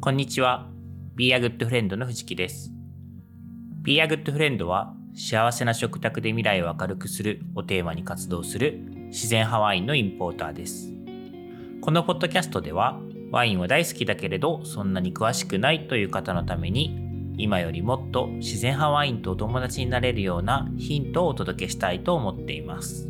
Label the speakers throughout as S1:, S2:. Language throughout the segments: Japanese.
S1: こんにちは。Be a Good Friend の藤木です。Be a Good Friend は幸せな食卓で未来を明るくするをテーマに活動する自然派ワインのインポーターです。このポッドキャストではワインは大好きだけれどそんなに詳しくないという方のために今よりもっと自然派ワインとお友達になれるようなヒントをお届けしたいと思っています。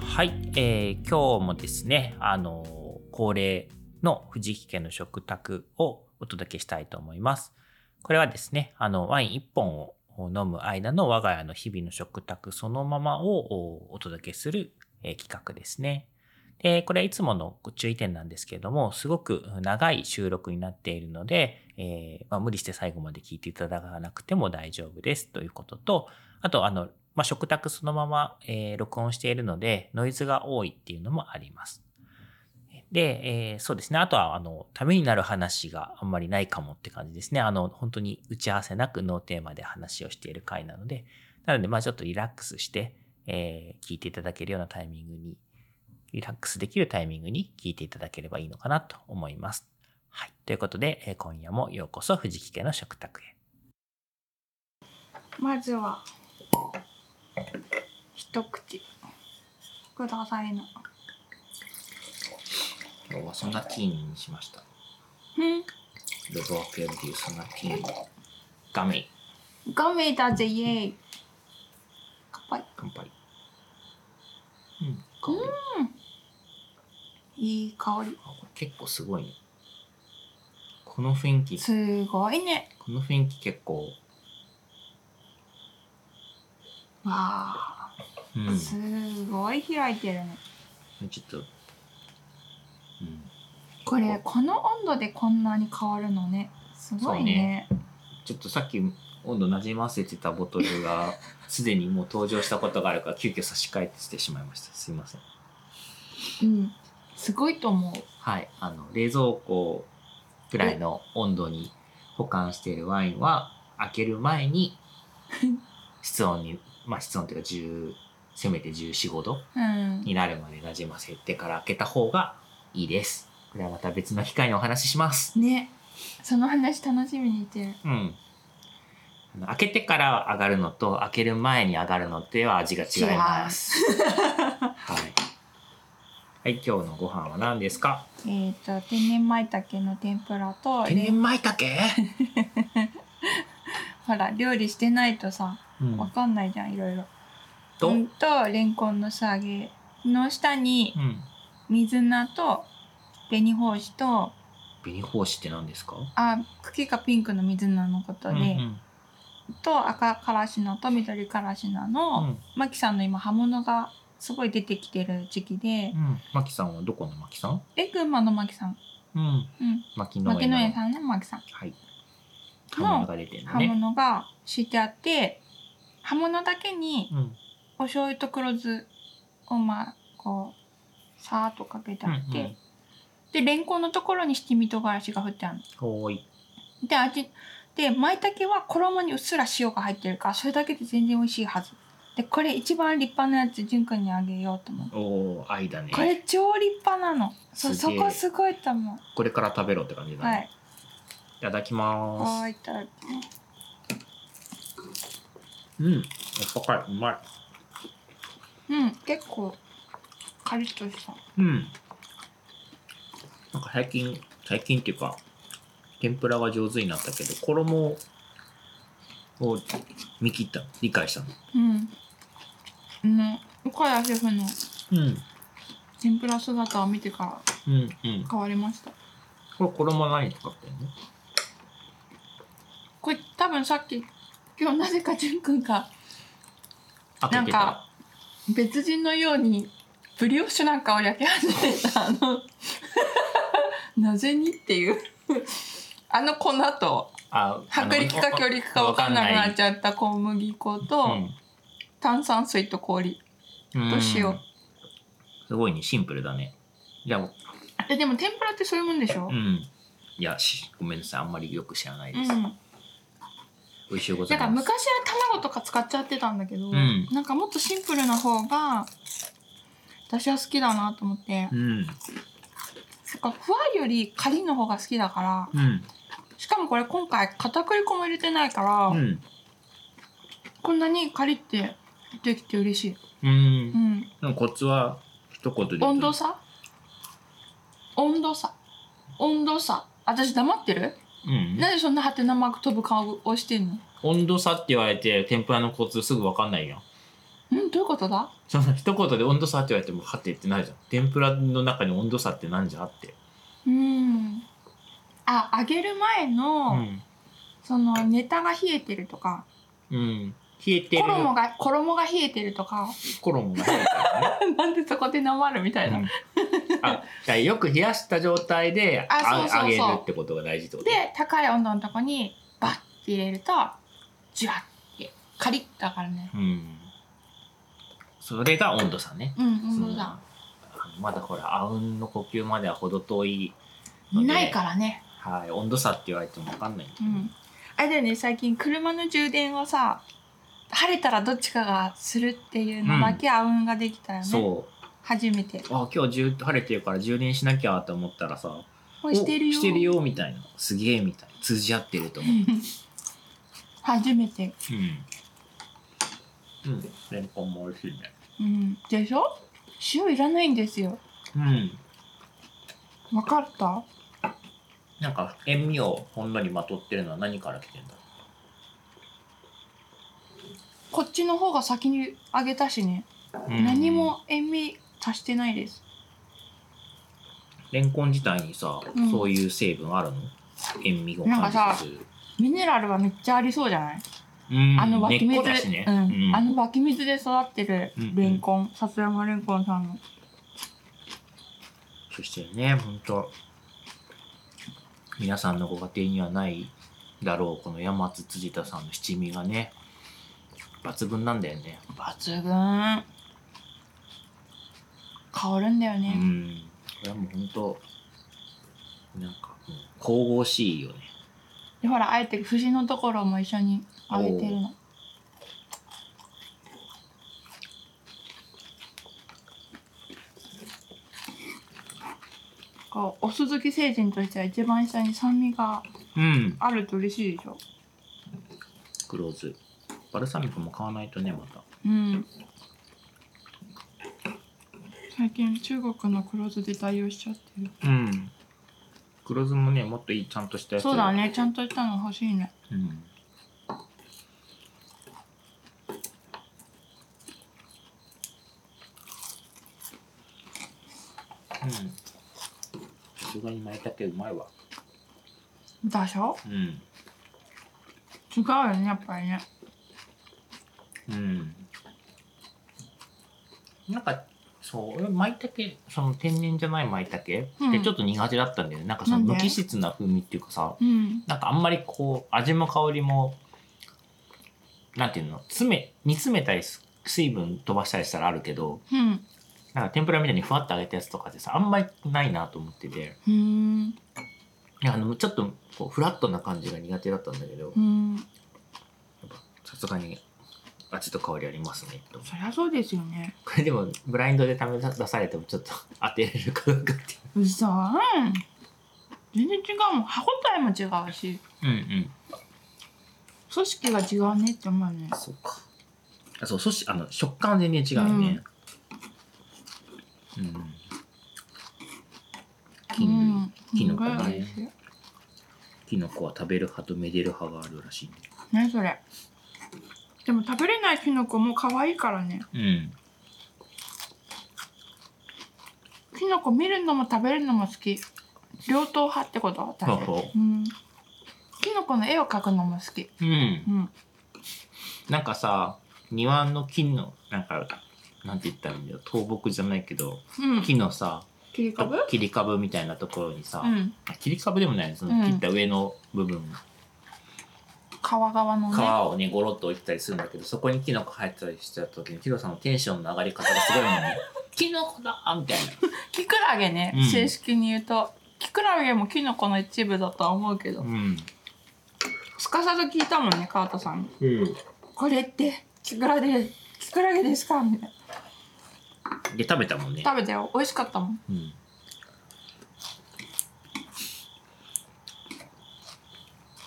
S1: はい、えー今日もですね、あのー恒例の藤木家の食卓をお届けしたいと思います。これはですね、あの、ワイン1本を飲む間の我が家の日々の食卓そのままをおお届けする、えー企画ですね。で、これはいつもの注意点なんですけれども、すごく長い収録になっているので、えーまあ、無理して最後まで聞いていただかなくても大丈夫ですということと、あと、あの、まあ、食卓そのまま、えー録音しているので、ノイズが多いっていうのもあります。で、えーそうですね。あとは、あの、ためになる話があんまりないかもって感じですね。あの、本当に打ち合わせなくノーテーマで話をしている回なので、なので、まあちょっとリラックスして、えー聞いていただけるようなタイミングに、リラックスできるタイミングに聞いていただければいいのかなと思います。はい。ということで、えー今夜もようこそ藤木家の食卓へ。
S2: まずは一口くださいな。
S1: 今日はソナティーニにしました。ロドワペルディソナティーニ。ガメイ。
S2: ガメだぜイエーイ。乾杯。
S1: 乾杯。うん。
S2: いい香り。
S1: あこれ結構すごいね。この雰囲気、
S2: すごいね。
S1: この雰囲気結構、
S2: わあ、
S1: うん。
S2: すごい開いてるね。
S1: ちょっと、うん。
S2: これこの温度でこんなに変わるのね。すごいね。
S1: ちょっとさっき温度なじませてたボトル が、すでにもう登場したことがあるから、急遽差し替えてしてしまいました。すいません。
S2: うん。すごいと思う。
S1: はい。あの、冷蔵庫くらいの温度に保管しているワインは、開ける前 に、室温に、まあ室温というか10、せめて14、5度
S2: うん。
S1: になるまでなじませてから開けた方がいいです。これはまた別の機会にお話しします。
S2: ね。その話楽しみにしてる。
S1: うん。あの開けてから上がるのと開ける前に上がるのでは味が違います。はい。はい、今日のご飯は何ですか
S2: えっと天然舞茸の天ぷらと
S1: 天然舞茸、
S2: ほら料理してないとさ
S1: うん
S2: わかんないじゃんいろいろ。
S1: と、う
S2: うんん、とレンコンの素揚げの下に水菜と紅ほうじと
S1: 紅胞子って何ですか
S2: あ茎がピンクの水菜のことで、
S1: うん
S2: と赤からし菜と緑からし菜
S1: う
S2: の、
S1: ん
S2: マキさんの今葉物がすごい出てきてる時期で
S1: う、ん。マキさんはどこのマキさん
S2: え群馬のマキさん、
S1: うん。
S2: うん、
S1: マキ農
S2: 牧
S1: 園の。
S2: 野園さんねマキさん
S1: はい。
S2: の
S1: 花が出てるの
S2: 葉
S1: ね。
S2: 物が敷いてあって葉物だけに
S1: うん。
S2: お醤油と黒酢をまあこうさーっとかけてあって、
S1: うんうん
S2: でレンコンのところに七味唐辛子が振ってあるの
S1: おーい。
S2: で味で舞茸は衣にうっすら塩が入ってるからそれだけで全然美味しいはずでこれ一番立派なやつ純くんにあげようと思う
S1: おー、愛だね。
S2: これ超立派なのそ
S1: す
S2: そ
S1: げえ
S2: こすごいと思う
S1: これから食べろって感じだね。
S2: はいい、
S1: ただきま
S2: は
S1: ーす。
S2: ーいいただきます
S1: うん。やっぱかい。うまい。
S2: うん結構カリッとした
S1: うん。なんか最近、最近っていうか、天ぷらが上手になったけど、衣を見切ったの。理解したの。
S2: うんうん岡谷シェフの
S1: うん。
S2: 天ぷら姿を見てから
S1: うんうん。
S2: 変わりました
S1: これ衣何に使ってんの
S2: これ多分さっき今日なぜか純くんが
S1: 開けてたら。
S2: 別人のようにブリオッシュなんかを焼き始めたあのなぜにっていうあの粉と
S1: あ
S2: 薄力か強力か分かんなくなっちゃった小麦粉
S1: ゃ
S2: と炭酸水と氷
S1: うん。
S2: どうしようん
S1: すごいね、シンプルだね。じゃあ、
S2: えでも天ぷらってそういうもんでしょ
S1: うん。いや、しごめんなさい。あんまりよく知らないです。
S2: うん
S1: 美味しゅうござ
S2: な
S1: い
S2: んか
S1: ます。
S2: 昔は卵とか使っちゃってたんだけど、
S1: うん
S2: なんかもっとシンプルな方が私は好きだなと思って、
S1: うん。
S2: なんかふわりよりカリの方が好きだから
S1: うん。
S2: しかもこれ今回片栗粉も入れてないから、
S1: うん。
S2: こんなにカリってできて嬉しい、
S1: うん
S2: う。ん、
S1: でもコツは一言で言うと。
S2: 温度差温度差温度差私黙ってる、
S1: うん。
S2: なんでそんなハテナマーク飛ぶ顔をしてんの
S1: 温度差って言われて、天ぷらのコツすぐわかんないやん。
S2: んどういうことだ
S1: その一言で温度差って言われても、はてってないじゃん。天ぷらの中に温度差ってなんじゃって。
S2: うんあ揚げる前
S1: う
S2: の、
S1: ん。
S2: そのネタが冷えてるとか
S1: うん。冷えてる。
S2: 衣が衣が冷えてるとか
S1: 衣が冷えてるね。
S2: なんでそこでなまるみたいな、
S1: うん
S2: で
S1: あじゃあよく冷やした状態で
S2: あそうそうそう
S1: あ揚げるってことが大事ってこと
S2: 高い温度のとこにバッて入れるとジュワッてカリッだからね
S1: うんそれが温度差ね
S2: うん温度だ
S1: そのまだほらあうんの呼吸までは程遠いので
S2: ないからね
S1: はい温度差って言われても分かんないんだけ
S2: う
S1: ど
S2: んあれだよね最近車の充電をさ晴れたらどっちかがするっていうのだけあうんができたよね、
S1: そ
S2: 初めて
S1: うあ今日じゅう晴れてるから充電しなきゃと思ったらさ
S2: もうして
S1: お
S2: るよ
S1: してるよみたいなすげえみたい通じ合ってると思う
S2: 初めて
S1: うん、うん、レンコンも美味しいね
S2: うんでしょ塩いらないんですよ
S1: うん
S2: わかった
S1: なんか塩味をほんのりまとってるのは何から来てんだ
S2: こっちの方が先に揚げたしね、
S1: うん
S2: 何も塩味足してないです
S1: レンコン自体にさ、
S2: うん
S1: そういう成分あるの塩味を感じさせる
S2: ミネラルはめっちゃありそうじゃない、
S1: うん
S2: あの湧
S1: 根
S2: き
S1: っこ
S2: 水
S1: だしね、
S2: うん
S1: うん
S2: あの湧き水で育ってる
S1: うん
S2: レンコン、さつまレンコンさんの
S1: そしてねほんと皆さんのご家庭にはないだろうこの山津辻田さんの七味がね抜群なんだよね
S2: 抜群香るんだよ
S1: う
S2: ね、
S1: んこれはもうほんとなんかもう神々しいよね
S2: でほらあえて節のところも一緒に揚げてるのこうお酢好き成人としては一番下に酸味が
S1: うん
S2: あると嬉しいでしょ
S1: 黒酢バルサミコも買わないとねまた
S2: うん最近中国の黒酢で対応しちゃってる
S1: うん黒酢もねもっといいちゃんとしたやつ
S2: そうだねちゃんとしたの欲しいね
S1: うんさすがに舞茸うまいわ。
S2: でしょ
S1: うん。
S2: 違うよねやっぱりね
S1: うん。なんか、そう、舞茸、その天然じゃない舞茸、
S2: うん
S1: でちょっと苦手だったんだよね。なんかその
S2: なんで
S1: 無機質な風味っていうかさ、
S2: うん
S1: なんかあんまりこう、味も香りも、なんていうの、詰め、煮詰めたりす、水分飛ばしたりしたらあるけど、
S2: うん
S1: なんか天ぷらみたいにふわっと揚げたやつとかってさ、あんまりないなと思ってて、
S2: うん
S1: なんかあのちょっとこうフラットな感じが苦手だったんだけど
S2: う、ん
S1: さすがに味と香りありますね、と。
S2: そりゃそうですよね
S1: これでも、ブラインドで試さ出されてもちょっと当てれるかどうかっていう
S2: そーん全然違うもん歯応えも違うし
S1: う。うんうん。
S2: 組織が違うねって思うね
S1: そうか。あそう、そし、あの、食感は全然違うね。うん。
S2: う
S1: 菌類、
S2: ん
S1: キノコ
S2: すごい美
S1: ね
S2: 味しい
S1: キノコは食べる派とめでる派があるらしいね。
S2: ねそれでも食べれないキノコも可愛いからね
S1: うん。
S2: キノコ見るのも食べるのも好き両党派ってこと私
S1: そうそ
S2: うん、キノコの絵を描くのも好き
S1: う。うん
S2: う。ん
S1: なんかさ、庭の木の、なんか、なんて言ったらいいんだよ。倒木じゃないけど、
S2: うん
S1: 木のさ、
S2: 切り株
S1: 切り株みたいなところにさ、
S2: うん
S1: あ切り株でもないねそうの
S2: ん
S1: 切った上の部分、
S2: 皮側の
S1: 皮
S2: ね
S1: をね、ゴロッと置いてたりするんだけど、そこにキノコ入ってたりしてた時に、ヒロさんのテンションの上がり方がすごいの ね。キノコだみたい
S2: キクラゲね、
S1: うん
S2: 正式に言うとキクラゲもキノコの一部だとは思うけど、
S1: な。うん。
S2: すかさず聞いたもんね川田さんに
S1: うん。
S2: 「これってキクラでキクラゲですか?」みたい
S1: で、食べたもんね
S2: な。食べたよ美味しかったもん
S1: うん。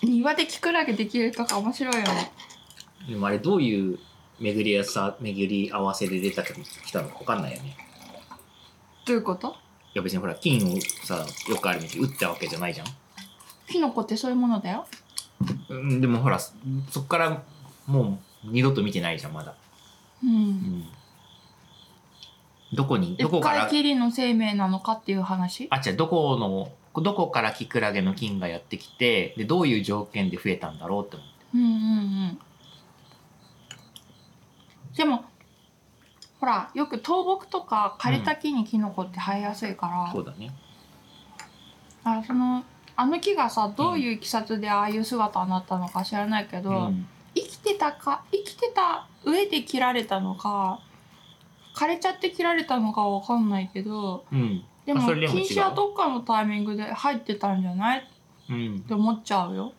S2: 庭でキクラゲできるとか面白いよね
S1: でもあれ、どういう巡り合わさ、巡り合わせで出たきたのかわかんないよね。
S2: どういうこと
S1: いや別にほら、金をさ、よくあるみたいに打ったわけじゃないじゃん。
S2: キノコってそういうものだよ
S1: うん、でもほら、そそっからもう二度と見てないじゃん、まだ。う
S2: う
S1: んん。どこに、ど
S2: 一
S1: こか
S2: 回
S1: ら、
S2: きりの生命なのかっていう話
S1: あ、違う、どこの、どこからキクラゲの菌がやってきて、で、どういう条件で増えたんだろうって思って。
S2: うんうんうんでもほらよく倒木とか枯れた木にキノコって生えやすいから、
S1: そうだね。
S2: あそのあの木がさどういういきさつでああいう姿になったのか知らないけど、
S1: うん。
S2: 生きてたか生きてた上で切られたのか枯れちゃって切られたのかわかんないけど
S1: うん。
S2: でも
S1: あそれでも違う
S2: 禁止はどっかのタイミングで入ってたんじゃないっ
S1: うん。
S2: て思っちゃうよ。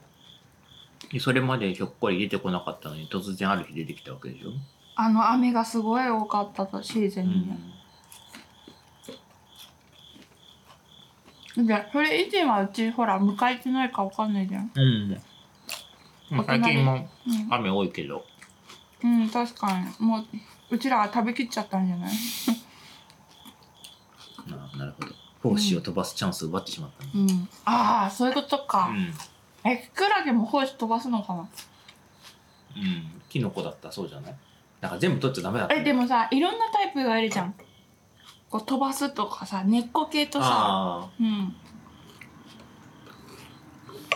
S1: でそれまでひょっこり出てこなかったのに、突然ある日出てきたわけでしょ。
S2: あの雨がすごい多かったとシーズ
S1: う
S2: ンに、
S1: ん。
S2: でそれ以前はうちほら迎えてないかわかんないじゃん。
S1: うん。でも最近も
S2: うん
S1: 雨多いけど、
S2: うん、確かに。もう、うちらは食べきっちゃったんじゃない
S1: あなるほど。胞子を飛ばすチャンスを奪ってしまったね
S2: うん。ああ、そういうことか。
S1: うん。
S2: え、キクラゲも胞子飛ばすのかな
S1: うん。キノコだったらそうじゃないだから全部取っちゃダメだったね。
S2: え、でもさ、いろんなタイプがいるじゃん。こう飛ばすとかさ、根っこ系とさ。
S1: あ
S2: うん。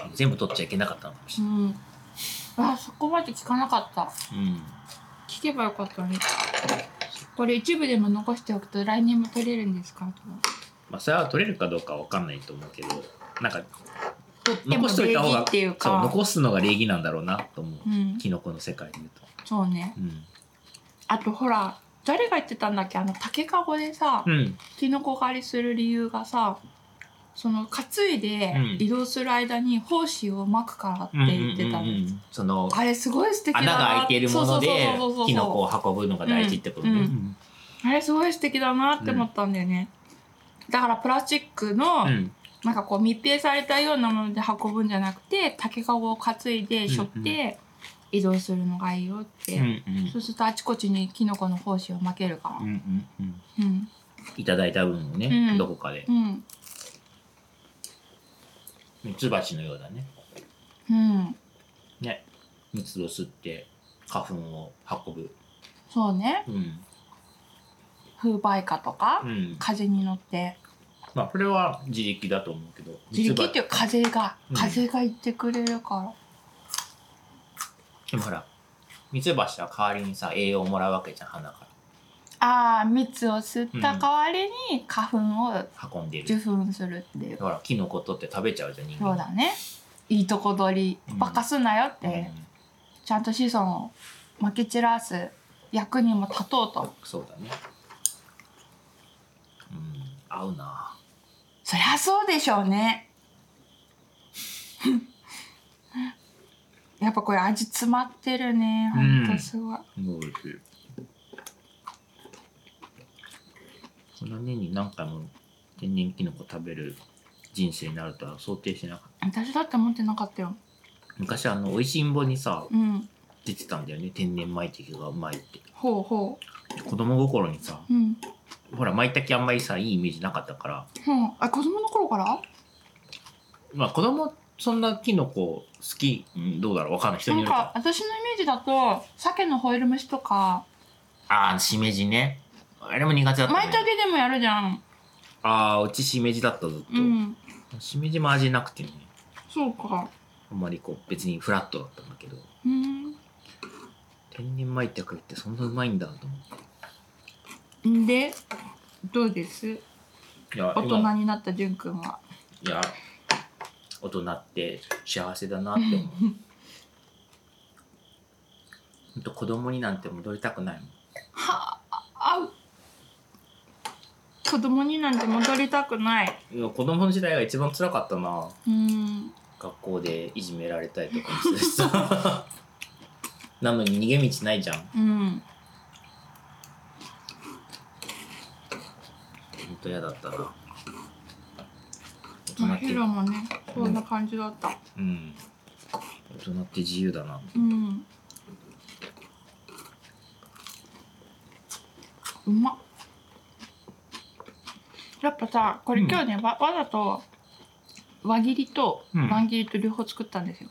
S1: あ、全部取っちゃいけなかったのかもし
S2: う
S1: れ
S2: ん。あ、そこまで聞かなかった。
S1: ない。うん。
S2: 聞けばよかったね。これ一部でも残しておくと来年も取れるんですか
S1: まあ、それは取れるかどうかわかんないと思うけど、なんか、
S2: とっても
S1: 残しとい
S2: 礼儀
S1: た方が
S2: っ、ていう
S1: そう、
S2: か。
S1: 残すのが礼儀なんだろうなと思う。
S2: うん。
S1: キノコの世界で言うと。
S2: そうね。
S1: うん。
S2: あとほら、誰が言ってたんだっけあの、竹かごでさ、
S1: うん。
S2: キノコ狩りする理由がさその担いで
S1: うん
S2: 移動する間に胞子をまくからって言ってたの、
S1: うんうんうんうんその、
S2: あれすごい素敵だな
S1: 穴が開いているもので
S2: そうそうそうそうそう、
S1: キノコを運ぶのが大事ってことね。
S2: うんう
S1: うん
S2: あれすごい素敵だなって思ったんだよね、だからプラスチックの、
S1: うん。
S2: なんかこう密閉されたようなもので運ぶんじゃなくて竹かごを担いで背負っ
S1: うんう
S2: て移動するのがいいよって、
S1: うんうん
S2: そうするとあちこちにキノコの胞子をまけるから
S1: うんうんうん
S2: うん
S1: いただいた分をね、
S2: うん
S1: どこかで
S2: う。ん
S1: ミツバチのようだね。
S2: うん
S1: ね。蜜を吸って花粉を運ぶ。
S2: そうね
S1: うん。
S2: 風媒花とか、
S1: うん。
S2: 風に乗って
S1: まあ、これは自力だと思うけど。
S2: 自力っていう風が、
S1: うん
S2: 風が言ってくれるから
S1: でもほら、ミツバチは代わりにさ、栄養をもらうわけじゃん、花か
S2: ああ蜜を吸った代わりに花粉を
S1: ら運んでい
S2: 受
S1: る。
S2: 粉するっていう、
S1: ほら、キノコ取って食べちゃうじゃん、人間。
S2: そうだねいいとこ取
S1: う
S2: り
S1: ん
S2: バカすなよって、
S1: うん
S2: ちゃんと子孫をまき散らす役にも立とうと
S1: そうだね。うん、合うな
S2: そりゃそうでしょうね やっぱこれ味詰まってるねほんとすごい、
S1: もう美味しい。この年に何回も天然キノコ食べる人生になるとは想定してなかった。
S2: 私だって思ってなかったよ
S1: 昔あの、美味しんぼにさ、
S2: うん
S1: 出てたんだよね。天然舞茸がうまいって。
S2: ほうほ
S1: 子供心にさ、
S2: ううん
S1: ほら、舞茸あんまりさ、いいイメージなかったから、
S2: うん、あ子供の頃から
S1: まあ子供そんなキノコ好き、うん、どうだろうわかんない人に
S2: な
S1: よる
S2: んか
S1: か
S2: 私のイメージだと鮭のホイル蒸しとか
S1: ああしめじねあれも苦手だった、ね、
S2: 舞茸でもやるじゃん
S1: ああうちしめじだったずっと、
S2: うん
S1: しめじも味なくてね
S2: そうか
S1: あんまりこう別にフラットだったんだけど
S2: うん
S1: 天然舞茸ってそんなうまいんだと思っ
S2: でどうです
S1: ていや
S2: 大人
S1: 今
S2: になったじゅんくんはい
S1: や大人って幸せだなって思 うほんと子供になんて戻りたくないもん
S2: はああう子供になんて戻りたくない
S1: いや子供の時代が一番辛かったな
S2: うん
S1: 学校でいじめられたりとかもするし さなのに逃げ道ないじゃん
S2: うん
S1: ほんと嫌だったな
S2: まあ
S1: 大人
S2: ヒ
S1: って
S2: ロもねそんな感じだった
S1: うん大人って自由だな
S2: うんうまっやっぱさこれ
S3: うん
S2: 今日ね、わわざと輪切りと
S3: うん
S2: 乱切りと両方作ったんですよ、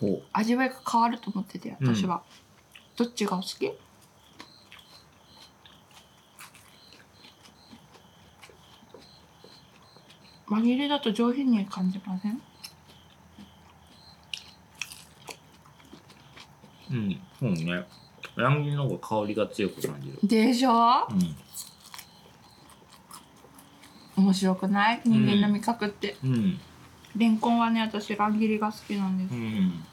S1: ほ
S2: 味わいが変わると思ってて私は、どっちがお好き輪切りだと上品に感じません
S1: ううんそうね乱切りの方が香りが強く感じる
S2: でしょ
S1: うん
S2: 面白くない人間の味覚って、
S1: うん
S2: レンコンはね私乱切りが好きなんです、
S1: うん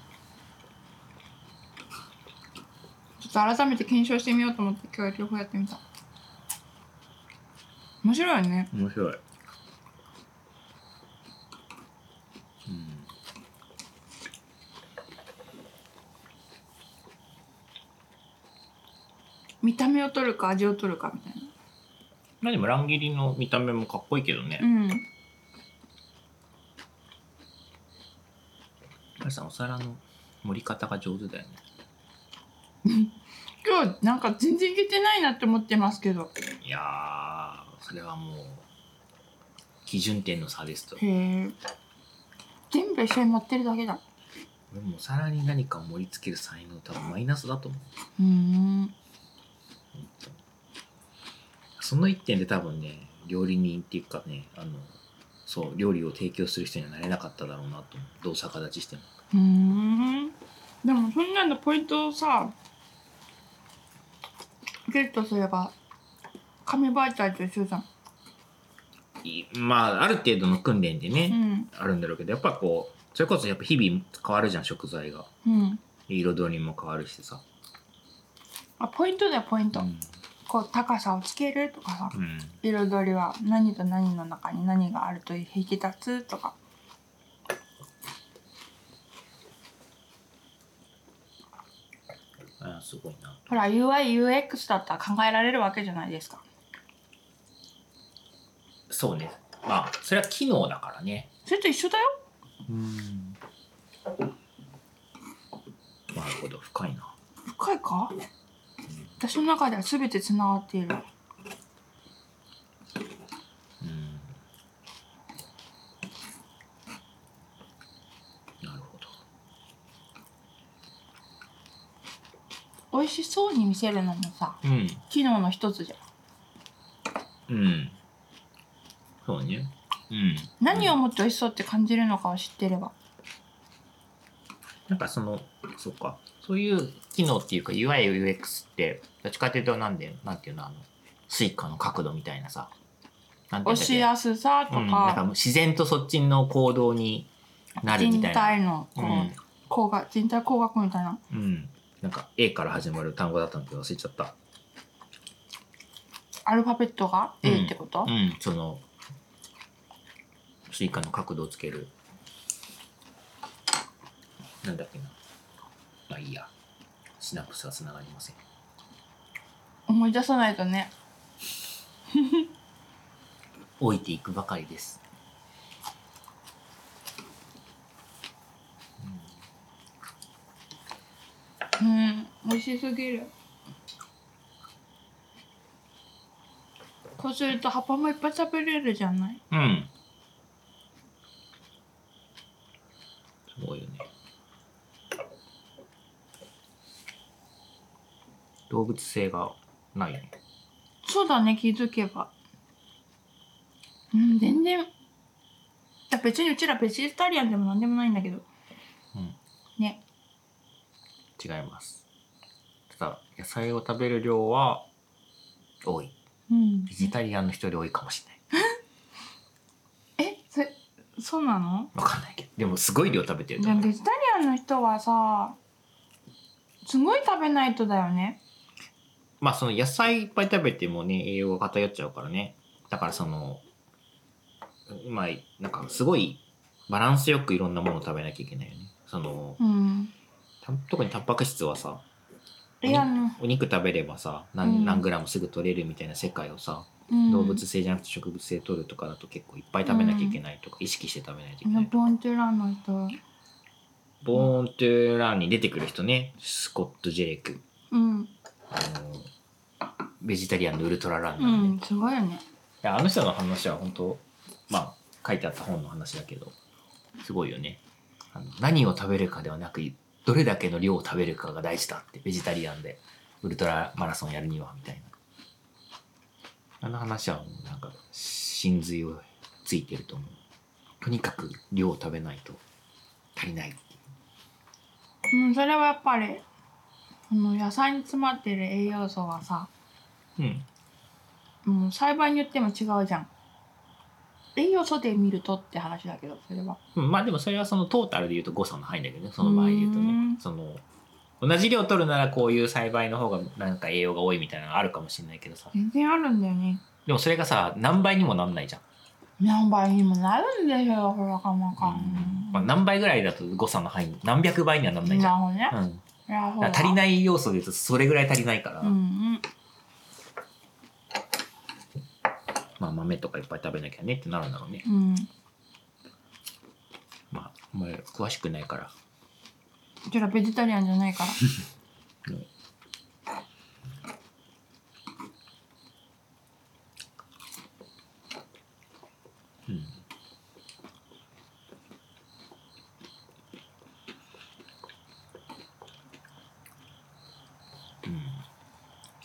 S2: ちょっと改めて検証してみようと思って今日は両方やってみた面白いね
S1: 面白いうん
S2: 見た目を取るか味を取るかみたいな
S1: まあでも乱切りの見た目もかっこいいけど
S2: う
S1: ね。
S2: ん
S1: マリさんお皿の盛り方が上手だよね。
S2: 今日なんか全然いけてないなって思ってますけど
S1: いやー、それはもう、基準点の差ですと。
S2: へえ全部一緒に持ってるだけだ
S1: 俺もお皿に何かを盛り付ける才能多分マイナスだと思う。
S2: うーん
S1: その一点で多分ね、料理人っていうかね、あの、そう、料理を提供する人にはなれなかっただろうなと思う。どう逆立ちしても。
S2: うーんでもそんなのポイントをさゲットすれば紙媒体と一緒じゃん
S1: いまあ、ある程度の訓練で
S2: う
S1: ね、
S2: ん
S1: あるんだろうけど、やっぱこう、それこそやっぱ日々変わるじゃん、食材が。
S2: うん
S1: 彩りも変わるしさ。
S2: あポイントだよポイント、
S1: うん
S2: こう高さをつけるとかさ
S1: うん
S2: 彩りは何と何の中に何があると引き立つとか
S1: あすごいな。
S2: ほら UIUX だったら考えられるわけじゃないですか
S1: そうね。まあ、それは機能だからね。
S2: それと一緒だよ
S1: うん。なるほど、深いな。
S2: 深いか私の中では全てつながっている
S1: うん。なるほど。
S2: 美味しそうに見せるのもさ
S1: うん。
S2: 機能の一つじゃん
S1: うん。そうね。うん。
S2: 何を
S1: うん
S2: もって美味しそうって感じるのかを知ってれば
S1: なんかその、そうか。そういう機能っていうか、UI、UX って、どっちかっていうと、なんで、なんていうの、あの、スイカの角度みたいなさ。なんていうんだ
S2: 押
S1: っ
S2: し
S1: け
S2: やすさと
S1: うん、なんか
S2: か、
S1: もう自然とそっちの行動になるみ
S2: 人
S1: たいな。
S2: 体のこう、
S1: うん
S2: 工学人体工学みたいな
S1: うん。なんか A から始まる単語だったんだけど忘れちゃった。
S2: アルファベットが
S1: うん
S2: A ってこと、
S1: うん。その、スイカの角度をつける。なんだっけな。まあいいや。シナプスは繋がりません。
S2: 思い出さないとね
S1: 置いていくばかりです。
S2: うん、美味しすぎる。こうすると葉っぱもいっぱい食べれるじゃない。
S1: うん。すごいよね。動物性がないよね。
S2: そうだね、気づけば。うん、全然。だ別にうちらベジタリアンでもなんでもないんだけど。
S1: うん。
S2: ね。
S1: 違いますただ野菜を食べる量は多い
S2: うん。
S1: ベジタリアンの人より多いかもしれない
S2: え、そそうなの
S1: わかんないけどでもすごい量食べてる
S2: で
S1: と思
S2: も
S1: う
S2: ベジタリアンの人はさ、すごい食べないとだよね。
S1: まあその野菜いっぱい食べてもね栄養が偏っちゃうからねだからそのまあなんかすごいバランスよくいろんなものを食べなきゃいけないよねその
S2: うん。
S1: た特にタンパク質はさ
S2: いや、あの、
S1: お肉食べればさ
S2: う
S1: 何
S2: ん
S1: 何グラムすぐ取れるみたいな世界をさ、
S2: うん
S1: 動物性じゃなくて植物性取るとかだと結構いっぱい食べなきゃいけないとか、意識して食べないといけない、
S2: ボーントゥランの人。
S1: ボーントゥーランに出てくる人ねスコット・ジェレク
S2: うん。
S1: あのベジタリアンのウルトラランナ
S2: う
S1: ーね
S2: ん、すごいよ
S1: い
S2: ね。
S1: やあの人の話は本当まあ書いてあった本の話だけどすごいよねあの何を食べるかではなくどれだけの量を食べるかが大事だってベジタリアンでウルトラマラソンやるにはみたいなあの話はもうなんか真髄をついてると思うとにかく量を食べないと足りないっていう
S2: うん、それはやっぱり、あの、野菜に詰まってる栄養素はさ、
S1: うん
S2: もう栽培によっても違うじゃん。栄養素で見るとって話だけど、それは。
S1: うんまあでもそれはそのトータルで言うと誤差の範囲だけどねその場合で言うと
S2: う
S1: ね
S2: ん
S1: その同じ量取るならこういう栽培の方がなんか栄養が多いみたいなのがあるかもしれないけどさ
S2: 全然あるんだよね。
S1: でもそれがさ何倍にもなんないじゃん、
S2: 何倍にもなるんですよ、ほらかまかん。
S1: まあ、何倍ぐらいだと誤差の範囲何百倍にはなんないじゃ、
S2: なんるほどね。
S1: うん、
S2: いやほ
S1: だからら足りない要素で言うとそれぐらい足りないから、
S2: うんうん。
S1: まあ豆とかいっぱい食べなきゃねってなるんだろうね
S2: うん。
S1: まあお前詳しくないから
S2: うちらベジタリアンじゃな いから。
S1: うんうん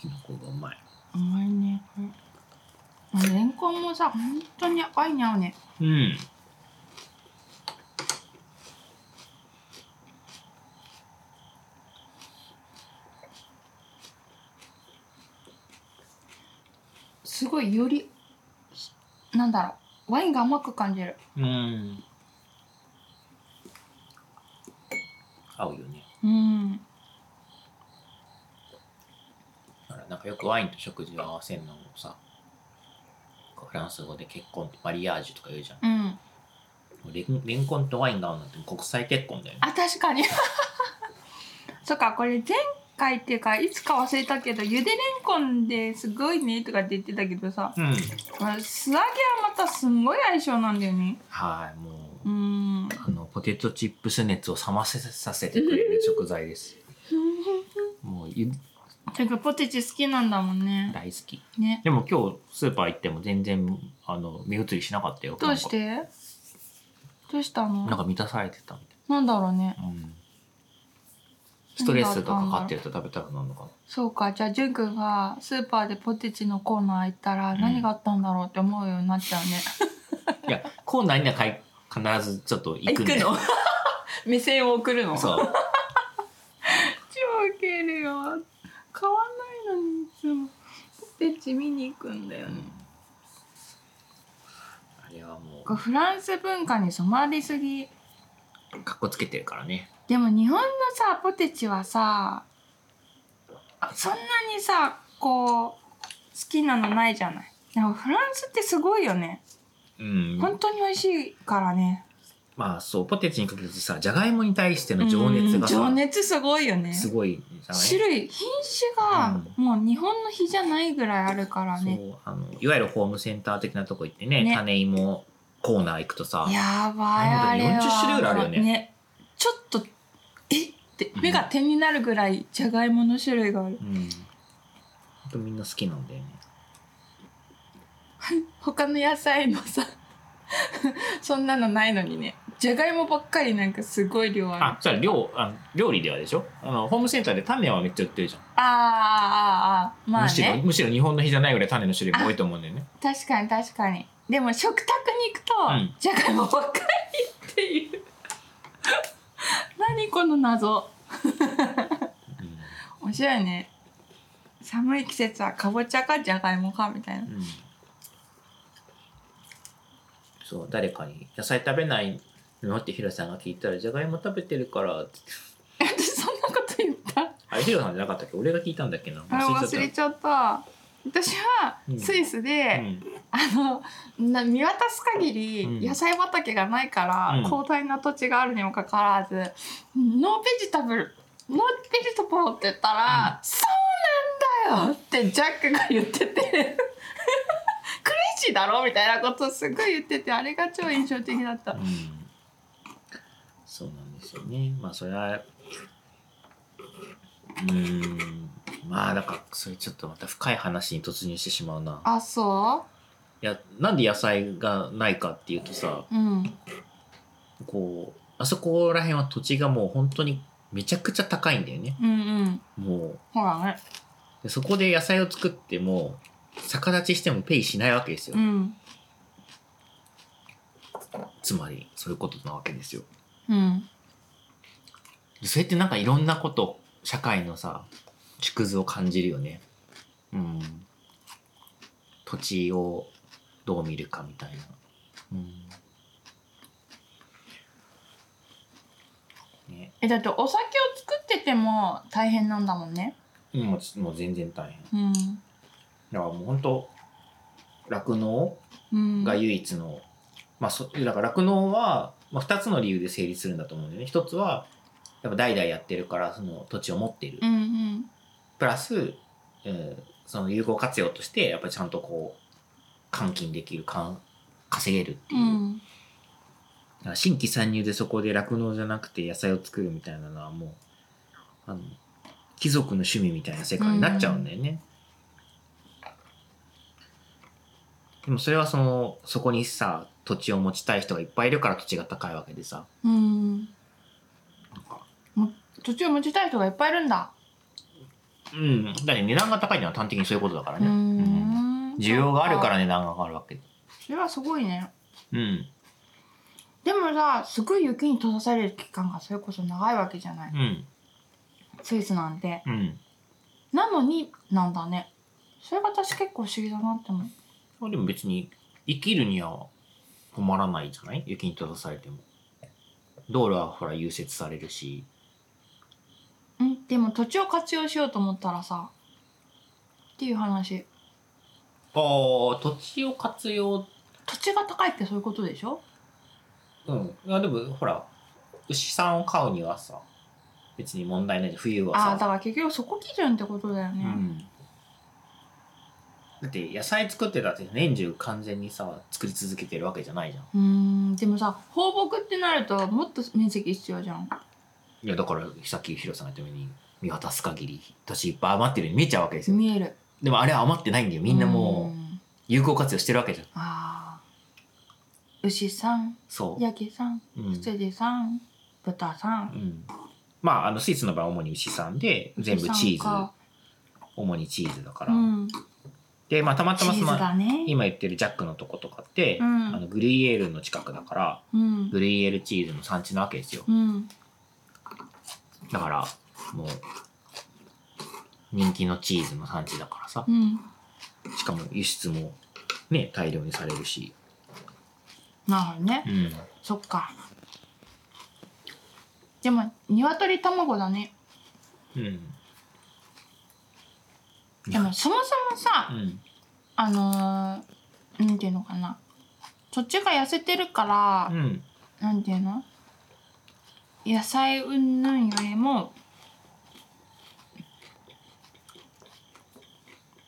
S1: きのこがうまい。
S2: うまいね。これレンコンもさ、本当にワインに合うね。
S1: うん。
S2: すごいより、なんだろう、ワインが甘く感じる。
S1: うん。合うよね。
S2: うん。
S1: だからなんかよくワインと食事を合わせるのもさ、フランス語で結婚ってマリアージュとか言うじゃん。
S2: うん。
S1: レンレンコンとワインが合うなんて国際結婚だよね。
S2: あ、確かに。 そっか、これ前回っていうか、いつか忘れたけど、ゆでレンコンですごいねとかって言ってたけどさ、
S1: うん。
S2: これ素揚げはまたすんごい相性なんだよね。
S1: はい、もう
S2: う。ん。
S1: あのポテトチップス熱を冷ませさせてくれる食材です。もうゆ
S2: てか、ポテチ好きなんだもんね。
S1: 大好き。
S2: ね。
S1: でも今日スーパー行っても全然あの目移りしなかったよ。
S2: どうしてどうしたの
S1: なんかなんか満たされてたみ
S2: なんだろうね
S1: た。いな。うんストレスがかかってると食べたくなるのかな。
S2: そうか、じゃあ、ジュン君がスーパーでポテチのコーナー行ったら
S1: ん
S2: 何があったんだろうって思うようになっちゃうね。
S1: いや、コーナーにはかい必ずちょっと行くんだよ。
S2: 目線を送るの
S1: そう。
S2: 超ウケるよ。買わないのにいつもポテチ見に行くんだよ
S1: う
S2: ね
S1: ん。あれはも
S2: こうフランス文化に染まりすぎ。
S1: う、かっこつけてるからね。
S2: でも日本のさ、ポテチはさ、そんなにさ、こう、好きなのないじゃない。でもフランスってすごいよね。
S1: うん。
S2: 本当に美味しいからね。
S1: まあそう、ポテチにかけてさ、じゃがいもに対しての情熱がさ、
S2: 情熱すごいよね。
S1: すごいじゃない
S2: 種類品種がもう日本の比じゃないぐらいあるからね、
S1: そうあのいわゆるホームセンター的なとこ行ってね
S2: ね
S1: 種芋コーナー行くとさ
S2: やばいあれ
S1: 40
S2: は
S1: 種類ぐらいあるよね
S2: ちょっとえって目が点になるぐらいじゃがいもの種類がある
S1: うんほんとみんな好きなんだよね
S2: 他の野菜のさ そんなのないのにねじゃがいもばっかりなんかすごい量ある
S1: あじゃあ料あの料理ではでしょあのホームセンターで種はめっちゃ売ってるじゃん、
S2: あーあーあーあーまあ
S1: むしろ
S2: ね
S1: むしろ日本の日じゃないぐらい種の種類も多いと思うんだよね
S2: 確かに確かにでも食卓に行くと、
S1: うん
S2: じゃがいもばっかりっていう 何この謎面白いね寒い季節はかぼちゃかじゃがいもかみたいな
S1: うん、うんそう誰かに「野菜食べないの?」ってヒロさんが聞いたら「じゃがいも食べてるから」って
S2: 私そんなこと言った
S1: あれヒロさんじゃなかったっけ俺が聞いたんだっけな
S2: あれ忘れちゃった私は
S1: うん
S2: スイス
S1: う
S2: で、
S1: ん
S2: あのな見渡す限
S1: うん
S2: り野菜畑がないから、
S1: うん
S2: 広大な土地があるにもかかわらずノーベジタブルノーベジタブルって言ったら、そうなんだよってジャックが言ってて クレイジーだろみたいなことすごい言っててあれが超印象的だった。
S1: うんそうなんですよね。まあそれは、うーん、まあだからそれちょっとまた深い話に突入してしまうな。
S2: あそ
S1: いや、なんで野菜がないかっていうとさ、
S2: ううん
S1: こう、あそこら辺は土地がもう本当にめちゃくちゃ高いんだよね。
S2: うんうん
S1: も
S2: ほらね
S1: う、でそこで野菜を作っても、逆立ちしてもペイしないわけですよ。
S2: うん
S1: つまり、そういうことなわけですよ。
S2: うん
S1: でそれってなんかいろんなこと社会のさ縮図を感じるよねうん土地をどう見るかみたいなうんね
S2: えだってお酒を作ってても大変なんだもんね
S1: もうもう全然大変だか
S2: うん
S1: らもう本当酪農
S2: うん
S1: が唯一の、まあそだから酪農は、まあ、2つの理由で成立するんだと思うんだよね一つはやっぱ代々やってるからその土地を持っている
S2: うんうん
S1: プラス、えーその有効活用としてやっぱりちゃんとこう換金できるかん稼げるっていうう、
S2: ん
S1: だから新規参入でそこで酪農じゃなくて野菜を作るみたいなのはもうあの貴族の趣味みたいな世界になっちゃうんだよね、でもそれはそのそこにさ土地を持ちたい人がいっぱいいるから土地が高いわけでさ
S2: うんも途中持ちたい人がいっぱいいるんだ
S1: うんだって値段が高いのは端的にそういうことだから
S2: うー
S1: ね、うん
S2: ん
S1: 需要があるから値段が上がるわけ
S2: それはすごいね
S1: うん
S2: でもさすごい雪に閉ざされる期間がそれこそ長いわけじゃない
S1: うん
S2: スイスなんて
S1: うん
S2: なのになんだねそれが私結構不思議だなって思う
S1: まあでも別に生きるには困らないじゃない雪に閉ざされても。道路はほら融雪されるし。
S2: うんでも土地を活用しようと思ったらさっていう話
S1: ああ、土地を活用。
S2: 土地が高いってそういうことでしょ
S1: うん。いやでもほら、牛さんを飼うにはさ、別に問題ないじゃん。冬は
S2: あ
S1: さ。
S2: あーだから結局そこ基準ってことだよ
S1: う
S2: ね、
S1: ん。だって野菜作ってたって年中完全にさ、作り続けてるわけじゃないじゃん。
S2: うーんでもさ放牧ってなるともっと面積必要じゃん
S1: いやだからさっきヒロさんが言ったように、見渡す限り土地いっぱい余ってるように見えちゃうわけですよ。
S2: 見える
S1: でもあれは余ってないんだよ。みんなもう
S2: う
S1: 有効活用してるわけじゃん。
S2: あー牛さん
S1: そう。
S2: 焼きさん
S1: うん
S2: 羊さん豚さ
S1: うんんまああのスイスの場合は主に牛さんで全部チ
S2: 牛さん
S1: ーズ
S2: か
S1: 主にチーズだか
S2: う
S1: ら、
S2: ん
S1: でまあたまた
S2: チ
S1: まそ
S2: ーズ
S1: の
S2: だね
S1: 今言ってるジャックのとことかって、
S2: うん
S1: あのグリエールの近くだから
S2: うん
S1: グリエールチーズの産地なわけですよ
S2: うん
S1: だからもう人気のチーズの産地だからさ
S2: うん
S1: しかも輸出もね大量にされるし、
S2: なるほどね
S1: うん、
S2: そっかでも鶏卵だね
S1: うん
S2: でもそもそもさ、
S1: うん
S2: あのー、なんていうのかな土地が痩せてるから、
S1: うん
S2: なんていうの野菜うんぬんよりも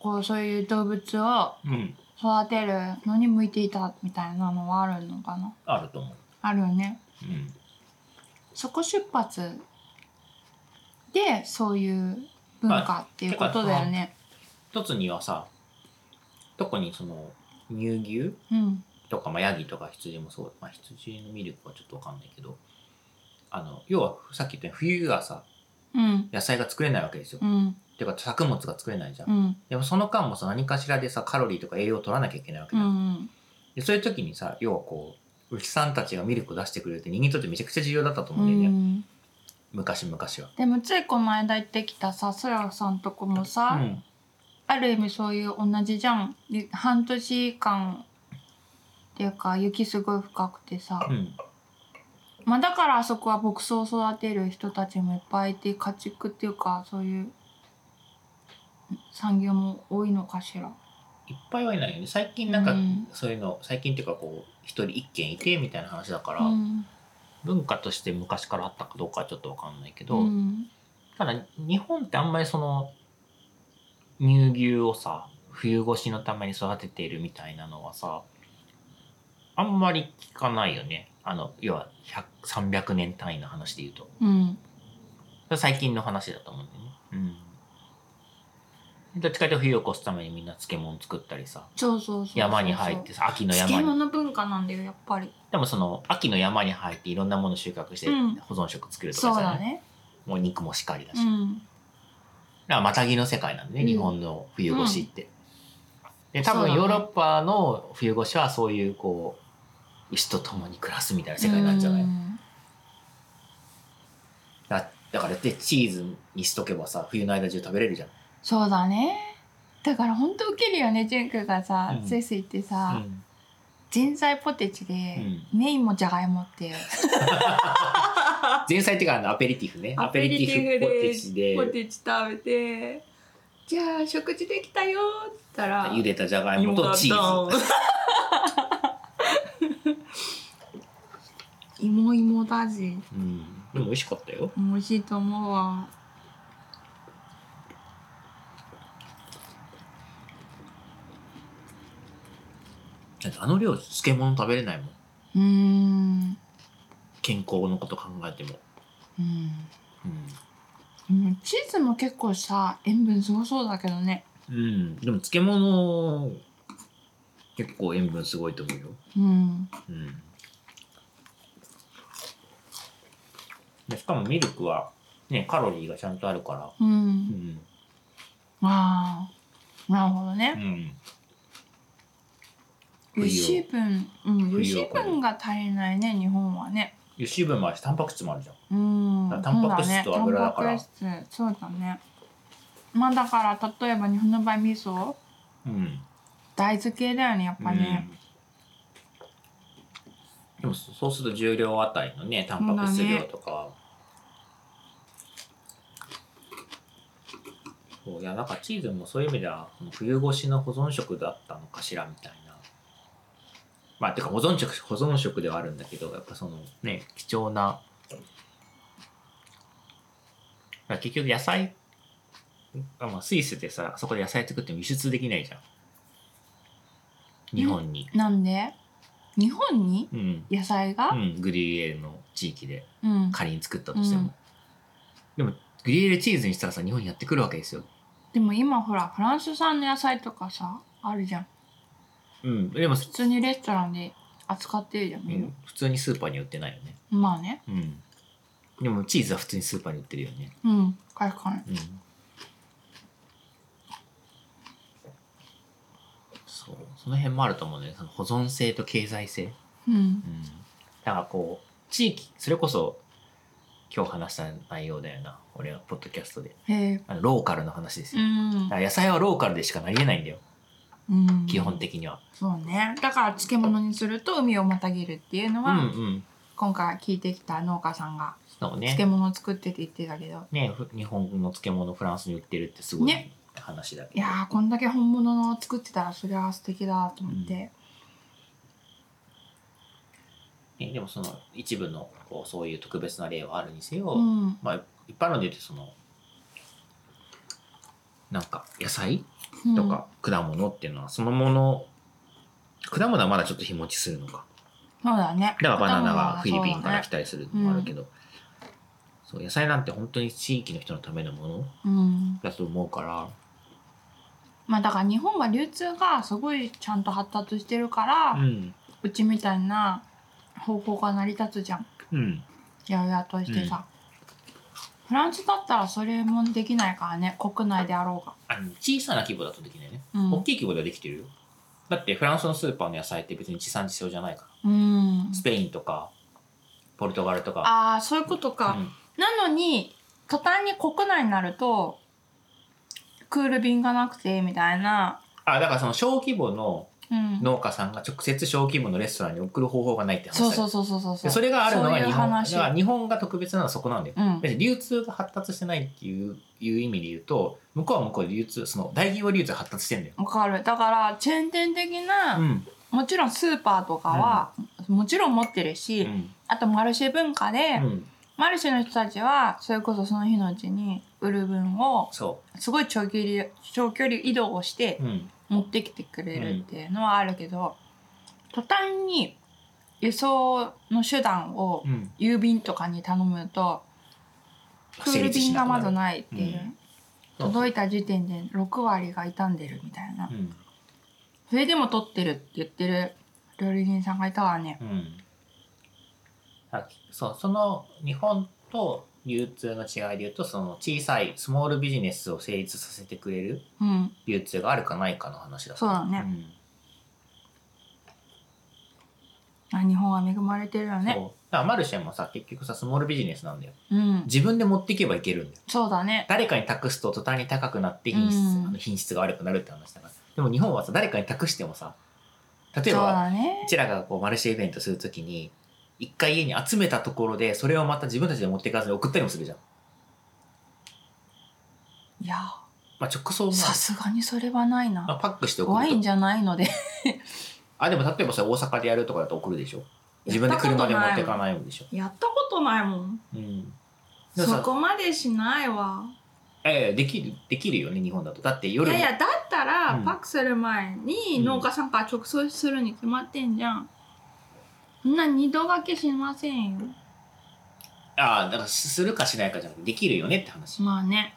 S2: こうそういう動物を
S1: うん
S2: 育てるのに向いていたみたいなのはあるのかな
S1: あると思う
S2: あるよね
S1: うん
S2: そこ出発でそういう文化っていうことだよね、
S1: 一つにはさ特にその乳牛
S2: うん
S1: とか、まあ、ヤギとか羊もそう、まあ、羊のミルクはちょっとわかんないけどあの要はさっき言ったように冬はさ
S2: うん
S1: 野菜が作れないわけですよ、
S2: うん
S1: ていうか作物が作れないじゃん、
S2: うん
S1: でもその間もさ何かしらでさカロリーとか栄養を取らなきゃいけないわけ
S2: う
S1: じゃん、
S2: ん
S1: でそういう時にさ要はこう牛さんたちがミルクを出してくれるって人間にとってめちゃくちゃ重要だったと
S2: う
S1: 思うんだよね、
S2: ん
S1: 昔々は。
S2: でもついこの間行ってきたさそらさんとこもさ、
S1: うん
S2: ある意味そういう同じじゃんで半年間っていうか雪すごい深くてさ
S1: う、ん
S2: まあ、だからあそこは牧草を育てる人たちもいっぱいいて家畜っていうかそういう産業も多いのかしら。
S1: いっぱいはいないよね最近なんか
S2: うん
S1: そういうの最近っていうかこう一人一軒いてみたいな話だから、
S2: うん
S1: 文化として昔からあったかどうかはちょっとわかんないけど、
S2: うん
S1: ただ日本ってあんまりその乳牛をさ冬越しのために育てているみたいなのはさあんまり聞かないよねあの要は100 300年単位の話で言うと
S2: うん
S1: それ最近の話だと思うんだよねうんどっちかというと冬を越すためにみんな漬物作ったりさ
S2: そうそうそうそう。
S1: 山に入ってさ秋の山
S2: 漬
S1: に
S2: 物文化なんだよやっぱり。
S1: でもその秋の山に入っていろんなもの収穫して
S2: うん
S1: 保存食作ると
S2: そ
S1: かさ、
S2: うだね。
S1: もう肉もしかりだし、だ
S2: う
S1: か
S2: ん。
S1: らまたぎの世界なんでね、
S2: うん
S1: 日本の冬越しって、で多
S2: そうだ
S1: 分
S2: ね
S1: ヨーロッパの冬越しはそういうこう牛と共に暮らすみたいな世界なんじゃない、
S2: うん
S1: だだからでチーズにしとけばさ冬の間中食べれるじゃん、
S2: そうだね。だから本当ウケるよねジュンクがさ、
S1: うん
S2: スイスイって
S1: う
S2: さ、
S1: ん
S2: 人材ポテチで、
S1: う
S2: メインもじゃがいもっていう。
S1: 前菜っていうかあのアペリティフねア
S2: ア
S1: ペ
S2: ペ
S1: リ
S2: リ
S1: テ
S2: テ
S1: ィ
S2: ィ
S1: フ
S2: フ
S1: ポテ
S2: で
S1: チで
S2: ポテチ食べてじゃあ食事できたよーって言ったら
S1: 茹でたじゃがいもとチーズ
S2: 芋芋だし
S1: うんでも美味しかったよ
S2: 美味しいと思うわ
S1: だってあの量漬物食べれないもん
S2: うーん
S1: 健康のこと考えても、
S2: うん
S1: うん
S2: うんチーズも結構さ塩分すごそうだけどね
S1: うん、でも漬物結構塩分すごいと思うよ。
S2: うん
S1: うん、でしかもミルクはねカロリーがちゃんとあるから。
S2: う
S1: うんん、
S2: ああなるほど
S1: う
S2: ね
S1: ん、
S2: 油脂分うん
S1: 冬を越え
S2: 油脂分が足りないね日本はね
S1: 油脂分もあるしタンパク質もあるじゃん。
S2: うん
S1: だからタンパク質と油だから
S2: そうだねタンパク質そうだねまあだから例えば日本の場合味噌
S1: うん
S2: 大豆系だよねやっぱね、
S1: うん、でもそそうすると重量あたりのねタンパク質量とかそう,、いやなんかチーズもそういう意味ではこの冬越しの保存食だったのかしらみたいなまあてか保存食保存食ではあるんだけどやっぱそのね貴重なまあ結局野菜あまあスイスでさあそこで野菜作っても輸出できないじゃん日本に、
S2: なんで日本に
S1: うん、
S2: 野菜が、
S1: うん、グリュイエールの地域で
S2: うん
S1: 仮に作ったとしても、でもグリュイエールチーズにしたらさ日本にやってくるわけですよ、
S2: でも今ほらフランス産の野菜とかさあるじゃん
S1: うん、でも、
S2: 普通にレストランで扱ってるじゃん、
S1: う
S2: みん
S1: ん普通にスーパーには売ってないよね、
S2: なまあね
S1: うん、でもチーズは普通にスーパーに売ってるよね、
S2: うん確かに
S1: うん、そうその辺もあると思うんだよねその保存性と経済性
S2: うん
S1: うん、だからこう地域それこそ今日話した内容だよな俺はポッドキャストで
S2: へえ
S1: あのローカルの話です
S2: う
S1: よ、
S2: ん
S1: だから野菜はローカルでしかなりえないんだよ
S2: うん
S1: 基本的には、
S2: そうねだから漬物にすると海をまたげるっていうの
S1: う
S2: は、
S1: んうん
S2: 今回聞いてきた農家さんが
S1: そう
S2: 漬
S1: ね
S2: 物を作ってって言ってたけど、
S1: ねふ日本の漬物フランスに売ってるってすごい
S2: ね
S1: 話だけど、
S2: いやーこんだけ本物の作ってたらそりゃ素敵だと思って、
S1: ねでもその一部のこうそういう特別な例はあるにせよ、
S2: うん
S1: まあいっぱいあるんで言うとそのなんか野菜
S2: うん
S1: とか果物っていうのはそのもの、果物はまだちょっと日持ちするのか
S2: そうだね
S1: だからバナナがフィリピンから来
S2: た、
S1: たりするのもあるけど、そう野菜なんて本当に地域の人のためのもの
S2: うん、
S1: だと思うから、
S2: まあだから日本は流通がすごいちゃんと発達してるから、う
S1: うん
S2: ちみたいな方法が成り立つじゃん
S1: うん、
S2: 八百屋としてさ、フランスだったらそれもできないからね国内であろうが
S1: あの小さな規模だとできないね、
S2: うん
S1: 大きい規模ではできてるよだってフランスのスーパーの野菜って別に地産地消じゃないから
S2: うん
S1: スペインとかポルトガルとか
S2: ああそういうことか、
S1: うん
S2: なのに途端に国内になるとクール便がなくてみたいな
S1: あだからその小規模の
S2: うん
S1: 農家さんが直接小規模のレストランに送る方法がないって話だ
S2: そ
S1: よ
S2: うそうそうそうそう
S1: でそれがあるのが日本
S2: そういう
S1: だから
S2: 話
S1: 日本が特別なのはそこなんだよ
S2: うん
S1: 別に流通が発達してないっていういう意味で言うと向こうは向こうで流通その大企業流通は発達してんだよ、
S2: わかるだからチェーン店的な、
S1: うん
S2: もちろんスーパーとかは、もちろん持ってるし、
S1: うん
S2: あとマルシェ文化で、
S1: うん、
S2: マルシェの人たちはそれこそその日のうちに売る分を
S1: そ
S2: すごい長距離長距離移動をして
S1: う、うん、
S2: 持ってきてくれるっていうのはあるけど、途端に輸送の手段を
S1: うん、
S2: 郵便とかに頼むとクール便がまずないっていう、
S1: うん
S2: 届いた時点で6割が傷んでるみたいな
S1: うん
S2: それでも取ってるって言ってる料理人さんがいたわね
S1: うん、あそうその日本と流通の違いで言うとその小さいスモールビジネスを成立させてくれる
S2: うん
S1: 流通があるかないかの話だ
S2: そうだね、
S1: ん
S2: あ日本は恵まれてるよ
S1: そうだ
S2: ね
S1: からマルシェもさ結局さスモールビジネスなんだよ
S2: うん
S1: 自分で持っていけばいけるんだよ
S2: そうだね
S1: 誰かに託すと途端に高くなって品質,、
S2: うん
S1: あの品質が悪くなるって話だからでも日本はさ誰かに託してもさ例え
S2: そう
S1: ば
S2: だ
S1: う
S2: ね
S1: ちらがこうマルシェイベントするときに一回家に集めたところでそれをまた自分たちで持っていかずに送ったりもするじゃん、
S2: いや
S1: まあ、直送も
S2: さすがにそれはないな
S1: まあ、パックして送
S2: 怖い
S1: る
S2: ん
S1: と
S2: じゃないので
S1: あでも例えばそれ大阪でやるとかだと送るでしょ自分で車で持っていかないんでしょ、
S2: やったことないもん
S1: うん、でも
S2: そ
S1: さ
S2: こまでしないわ
S1: ええできるできるよね日本だとだって夜も
S2: いやいやだったら
S1: うん
S2: パックする前に農家さんから直送するに決まってんじゃん、そんな二度掛けしませんよ
S1: ああだからすするかしないかじゃなくてできるよねって話
S2: まあね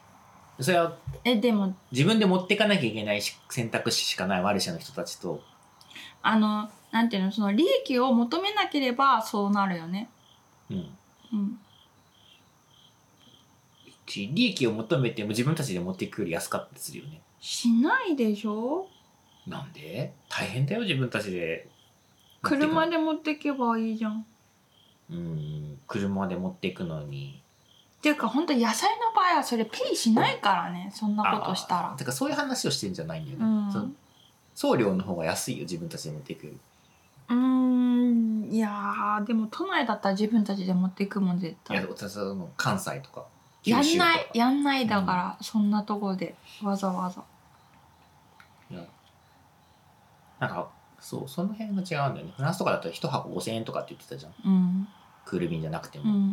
S1: それは
S2: えでも
S1: 自分で持っていかなきゃいけないし選択肢しかないマルシェの人たちと、
S2: あのなんていうのその利益を求めなければそうなるよね
S1: うん、
S2: うん
S1: 利益を求めても自分たちで持っていくより安かったりするよね
S2: しないでしょ
S1: なんで大変だよ自分たちで持っていく
S2: 車で持ってけばいいじゃん
S1: うん車で持っていくのに
S2: っていうか本当野菜の場合はそれペイしないからねそんなことした
S1: あ
S2: ら
S1: ーてかそういう話をしてんじゃないんだよね、
S2: うん
S1: その送料の方が安いよ自分たちで持っていくより
S2: うーんいやーでも都内だったら自分たちで持っていくもん絶
S1: いや
S2: 対
S1: その関西とか九
S2: や
S1: 州
S2: ん
S1: とか
S2: ないやんないだから、そんなとこでわざわざ
S1: なんかそうその辺が違うんだよねフランスとかだと一箱5000円とかって言ってたじゃん
S2: うん
S1: クール便じゃなくても、
S2: うん、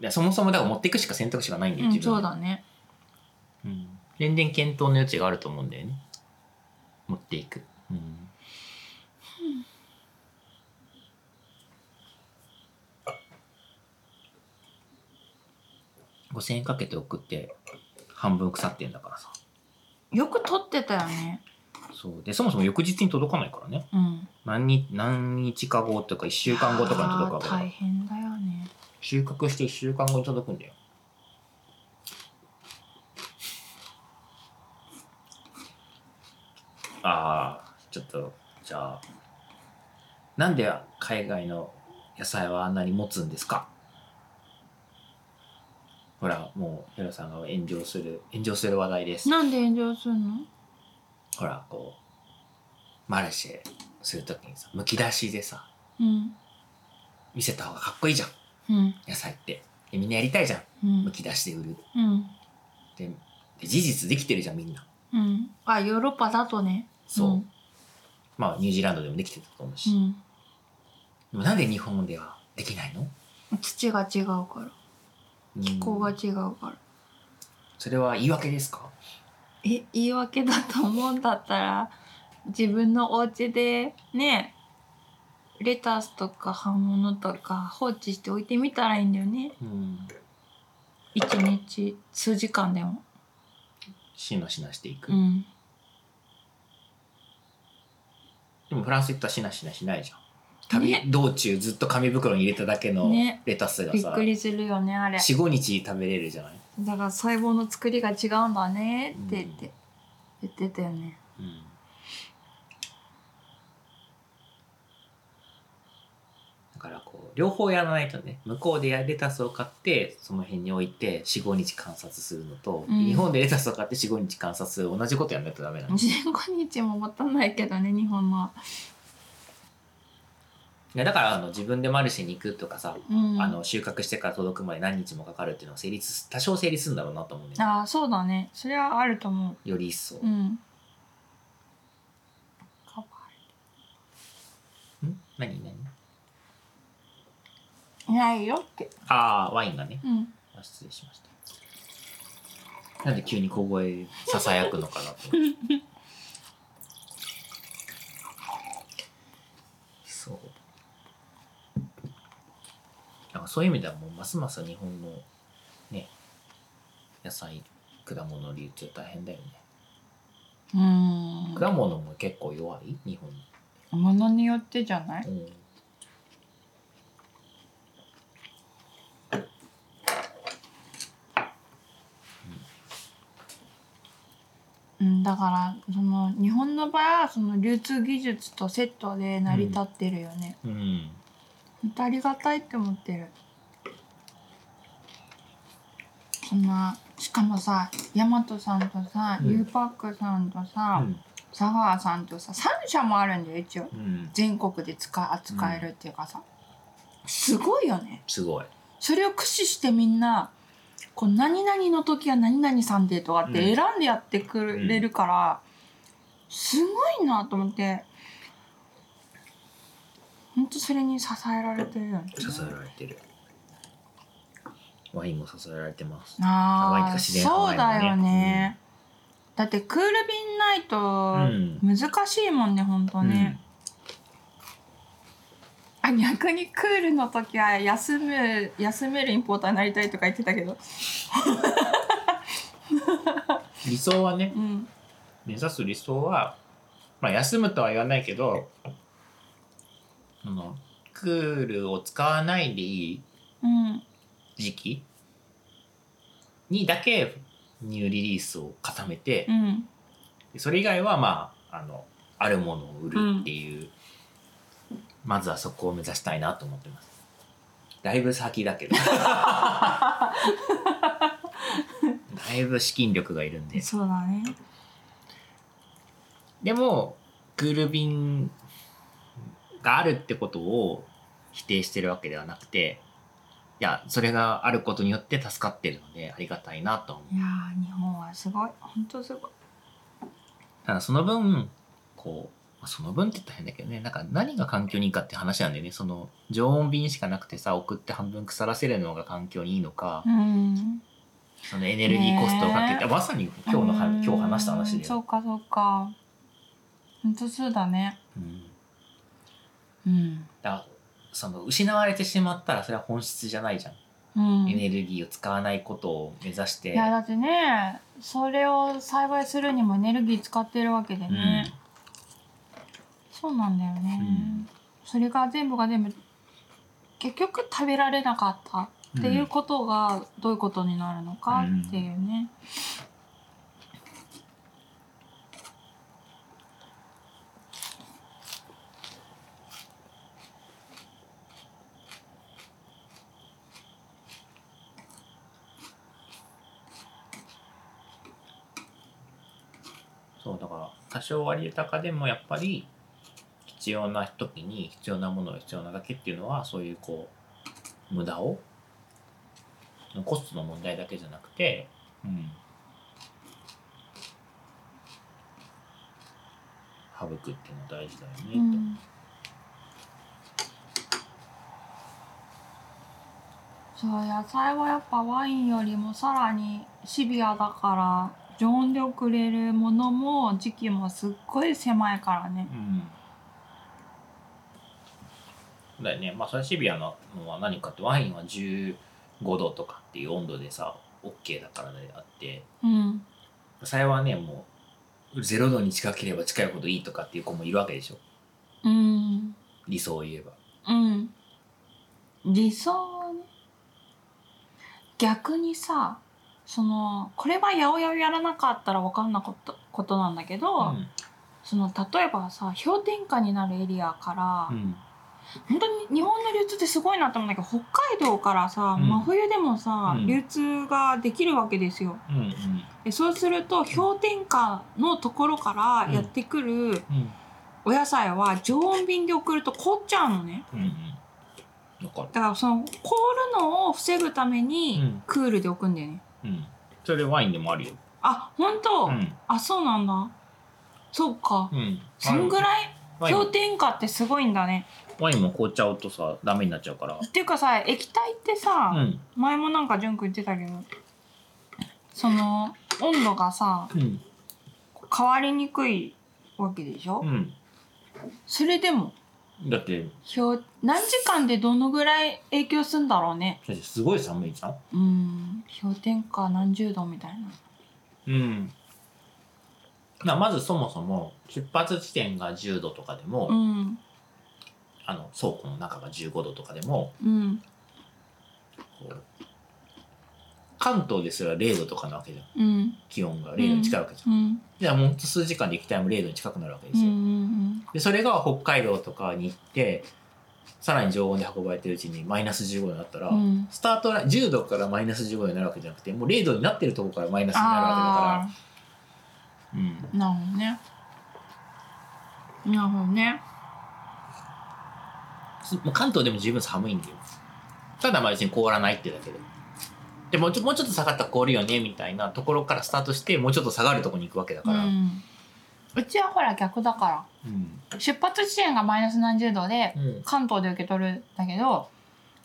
S1: いやそもそもだから持っていくしか選択肢がないんだ
S2: う
S1: よ
S2: ん、
S1: 自分
S2: そう
S1: で
S2: だね
S1: うん全然検討の余地があると思うんだよね持っていく、うん、5000円かけて送って半分腐ってんだからさ
S2: よく撮ってたよね
S1: そうでそもそも翌日に届かないからね
S2: うん
S1: 何日何日か後とか1週間後とかに届くわけだか
S2: あー
S1: ら
S2: 大変だよね
S1: 収穫して1週間後に届くんだよああちょっとじゃあなんで海外の野菜はあんなに持つんですかほらもうヘロさんが炎上する炎上する話題です
S2: なんで炎上するの
S1: ほらこうマルシェするときにさむき出しでさ
S2: うん
S1: 見せた方がかっこいいじゃん
S2: うん
S1: 野菜ってでみんなやりたいじゃん
S2: うん
S1: むき出しで売る
S2: うん
S1: でで事実できてるじゃんみんな
S2: うんあヨーロッパだとね
S1: そう、まあニュージーランドでもできてたと思うし、
S2: う
S1: で
S2: ん、
S1: もなんで日本ではできないの
S2: うん、土が違うから気候が
S1: うん
S2: 違うから、
S1: それは言い訳ですか
S2: え言い訳だと思うんだったら自分のお家でねレタスとか半物とか放置して置いてみたらいいんだよね
S1: うん
S2: 一日数時間でも
S1: しなしなしていく、
S2: うん
S1: でもフランス行ったらしなしなしないじゃん旅、道中ずっと紙袋に入れただけの
S2: ね
S1: レタスが
S2: びっ
S1: さ、
S2: くりするよねあれ
S1: 45日食べれるじゃない、
S2: だから細胞の作りが違うんだねって言って、言ってたよね
S1: うんだからこう両方やらないとね向こうでレタスを買ってその辺に置いて45日観察するのと、
S2: うん
S1: 日本でレタスを買って45日観察する同じことやんないとダメなの、
S2: 15日も持たないけどね日本の、
S1: いやだからあの自分でマルシェに行くとかさ、
S2: うん、
S1: あの収穫してから届くまで何日もかかるっていうのは成立す多少成立するんだろうなと思うね
S2: あーそうだねそれはあると思
S1: より一層、
S2: ううんかわ
S1: ん何何
S2: いいないよって
S1: ああワインがね
S2: うん
S1: あ失礼しましたなんで急に小声ささやくのか なと思ってそうなんかそういう意味ではもうますます日本のね野菜果物流通大変だよね
S2: うー
S1: 果
S2: ん
S1: 物も結構弱い日本
S2: ものによってじゃない
S1: うん
S2: うんだからその日本の場合はその流通技術とセットで成り立ってるよね、
S1: うん
S2: 本当ありがたいって思ってるそんなしかもさヤマトさんとさ、
S1: うん
S2: ユーパックさんとさ、サファーさんとさ3社もあるんだよ一応
S1: うん
S2: 全国で使い扱えるっていうかさ、すごいよね
S1: すごい
S2: それを駆使してみんなこう何々の時は何々さんでとかって
S1: うん
S2: 選んでやってくれるから、すごいなと思ってほんとそれに支えられてるよね
S1: 支えられてるワインも支えられてますワイン
S2: あ
S1: とか
S2: あ
S1: 自然
S2: そう
S1: 派ワイン
S2: だ
S1: もね
S2: よね、だってクール便ないと
S1: ん
S2: 難しいもんねほんとね、あ逆にクールの時は休む休めるインポーターになりたいとか言ってたけど、
S1: うん理想はね
S2: うん、
S1: 目指す理想は、まあ、休むとは言わないけどあのクールを使わないでいい
S2: うん、
S1: 時期にだけニューリリースを固めて
S2: う、ん、
S1: それ以外はまああのあるものを売るっていう、まずはそこを目指したいなと思ってますだいぶ先だ けどだいぶ資金力がいるんで
S2: そうだね。
S1: でもクール便があるってことを否定してるわけではなくていやそれがあることによって助かってるのでありがたいなと思う
S2: いやー日本はすごい、本当すごい。
S1: ただその分こうまあその分って言ったら変だけどねなんか何が環境にいいかって話なんだよねその常温瓶しかなくてさ送って半分腐らせるのが環境にいいのか、
S2: うん。
S1: そのエネルギーコストをかけ
S2: ね
S1: て、
S2: え
S1: まさに今日のは
S2: うん
S1: 今日話した話で
S2: そうかそうか。本当そうだね。
S1: うん、
S2: うん。
S1: だからその失われてしまったらそれは本質じゃないじゃん、
S2: うん。
S1: エ
S2: い
S1: ネルギーを使わないことを目指して
S2: やだってね、それを栽培するにもエネルギー使ってるわけでね。そうなんだよね、
S1: うん
S2: それが全部が全部結局食べられなかったっていうことがどういうことになるのかっていうね、
S1: そうだから多少割高でもやっぱり必要な時に必要なものが必要なだけっていうのはそういうこう無駄をコストの問題だけじゃなくて、うん、省くっていうのは大事だよね、
S2: う
S1: と
S2: んそう野菜はやっぱワインよりもさらにシビアだから常温で送れるものも時期もすっごい狭いからね
S1: うんだよね、まあそれシビアなのは何かってワインは15度とかっていう温度でさ OK だからであって
S2: うん
S1: 野菜はねもう0度に近ければ近いほどいいとかっていう子もいるわけでしょ
S2: うん
S1: 理想を言えば
S2: うん理想はね逆にさそのこれは八百屋をやらなかったら分かんなかったことなんだけど、
S1: うん
S2: その例えばさ氷点下になるエリアから、
S1: うん
S2: 本当に日本の流通ってすごいなと思うんだけど北海道からさ、
S1: うん
S2: 真冬でもさ、
S1: うん
S2: 流通ができるわけですよ
S1: うんうん
S2: でそうすると氷点下のところからやってくる
S1: うん
S2: お野菜は常温便で送ると凍っちゃうのね
S1: うんうんわかる
S2: だからその凍るのを防ぐため
S1: うん
S2: にクールで置くんだよね、
S1: うんそれでワインでもあるよ
S2: あ本当、
S1: うん
S2: あそうなんだそうか
S1: うん
S2: そんぐ
S1: い
S2: らい
S1: ワイン
S2: 氷点下ってすごいんだね
S1: ワインも凍っちゃうとさダメになっちゃうから
S2: っていうかさ液体ってさ、
S1: うん
S2: 前もなんかジュン君言ってたけどその温度がさ
S1: うん
S2: 変わりにくいわけでしょ、
S1: うん
S2: それでも
S1: だって
S2: 氷何時間でどのぐらい影響するんだろうね
S1: だってすごい寒いじゃん
S2: うん氷点下何十度みたいな
S1: うんなまずそもそも出発地点が10度とかでも、
S2: うん
S1: あの倉庫の中が15度とかでも
S2: うん
S1: こう関東ですら0度とかなわけじゃん
S2: うん
S1: 気温が0度に近いわけじゃん、
S2: うん
S1: じゃあもうほんと数時間で液体も0度に近くなるわけで
S2: うんう
S1: すよ、
S2: ん
S1: でそれが北海道とかに行ってさらに常温で運ばれてるうちにマイナス15度になったら、
S2: うん
S1: スタートライン10度からマイナス15度になるわけじゃなくてもう0度になってるところからマイナスになるわ
S2: あ
S1: けだから、
S2: あなるほどねなるほどね
S1: うん、もう関東でも十分寒いんだよただまあ別に凍らないってだけででもうちょもうちょっと下がったら凍るよねみたいなところからスタートしてもうちょっと下がるところに行くわけだ
S2: う
S1: から、
S2: んうちはほら逆だか
S1: うん
S2: ら出発地点がマイナス何十度で
S1: うん
S2: 関東で受け取るんだけど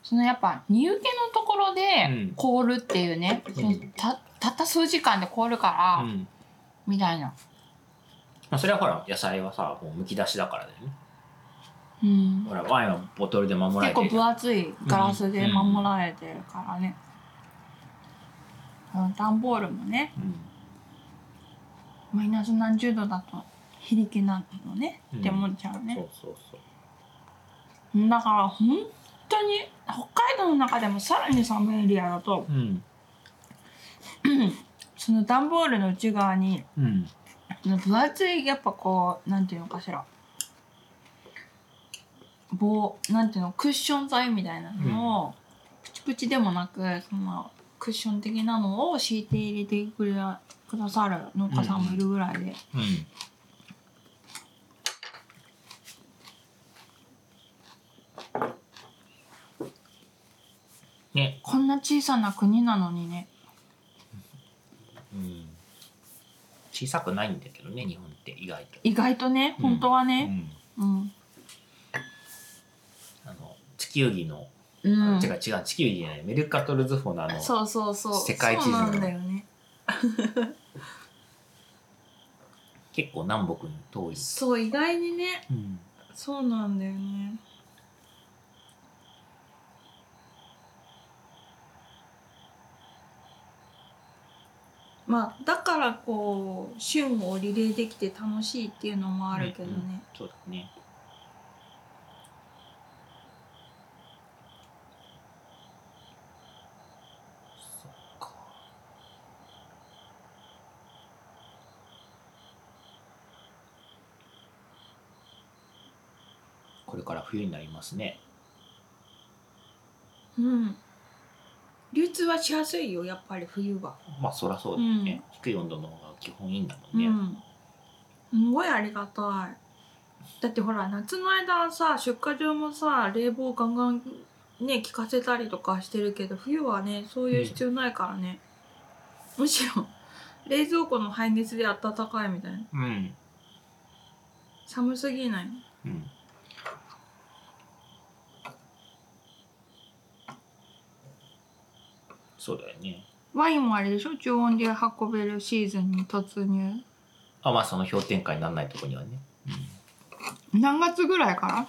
S2: そのやっぱ荷受けのところ
S1: うん
S2: で凍るっていうね、
S1: ん
S2: そのたたった数時間で凍るから、
S1: うん
S2: みたいな、
S1: まあ、それはほら野菜はさもうむき出しだからだよね
S2: うん、
S1: ほらワインはボトルで守ら
S2: 結
S1: れて
S2: 構
S1: る
S2: 分厚いガラスで守られてるからね、うん段ボールもねマイナス何十度だと非力なのね、
S1: うん
S2: って思っちゃう
S1: うん、そ
S2: ね
S1: うそうそう
S2: だから本当に北海道の中でもさらに寒いエリアだと
S1: うん
S2: その段ボールの内側に
S1: うん
S2: 分厚いやっぱこうなんていうのかしら棒なんていうのクッション材みたいなのを、プチプチでもなくそのクッション的なのを敷いて入れてくれくださる農家さんもいるぐらいで、
S1: うんね、
S2: こんな小さな国なのにね
S1: うん、小さくないんだけどね日本って意外と、
S2: 意外とね
S1: うん
S2: 本当は
S1: う
S2: ね、
S1: ん、
S2: うん
S1: あの地球儀の、
S2: うん
S1: 違う違う地球儀じゃないメルカトル図法のあの
S2: そうそうそう
S1: 世界地図
S2: そう
S1: なの
S2: なんだよね
S1: 結構南北に遠い、
S2: そう意外にね
S1: うん、
S2: そうなんだよねまあだからこう旬をリレーできて楽しいっていうのもあるけど
S1: うんうん
S2: ね、
S1: そうだねそっかこれから冬になりますね
S2: うん流通はしやすいよやっぱり冬は、
S1: まあそらそうだよね、低い温度の方が基本いいんだもんね、
S2: うんすごいありがたいだってほら夏の間さ出荷場もさ冷房ガンガンね効かせたりとかしてるけど冬はねそういう必要ないからね、むしろ冷蔵庫の排熱で暖かいみたいな
S1: うん
S2: 寒すぎない
S1: うんそうだよね。
S2: ワインもあれでしょ常温で運べるシーズンに突入
S1: あ、まあその氷点下にならないとこにはね。うん
S2: 何月ぐらいから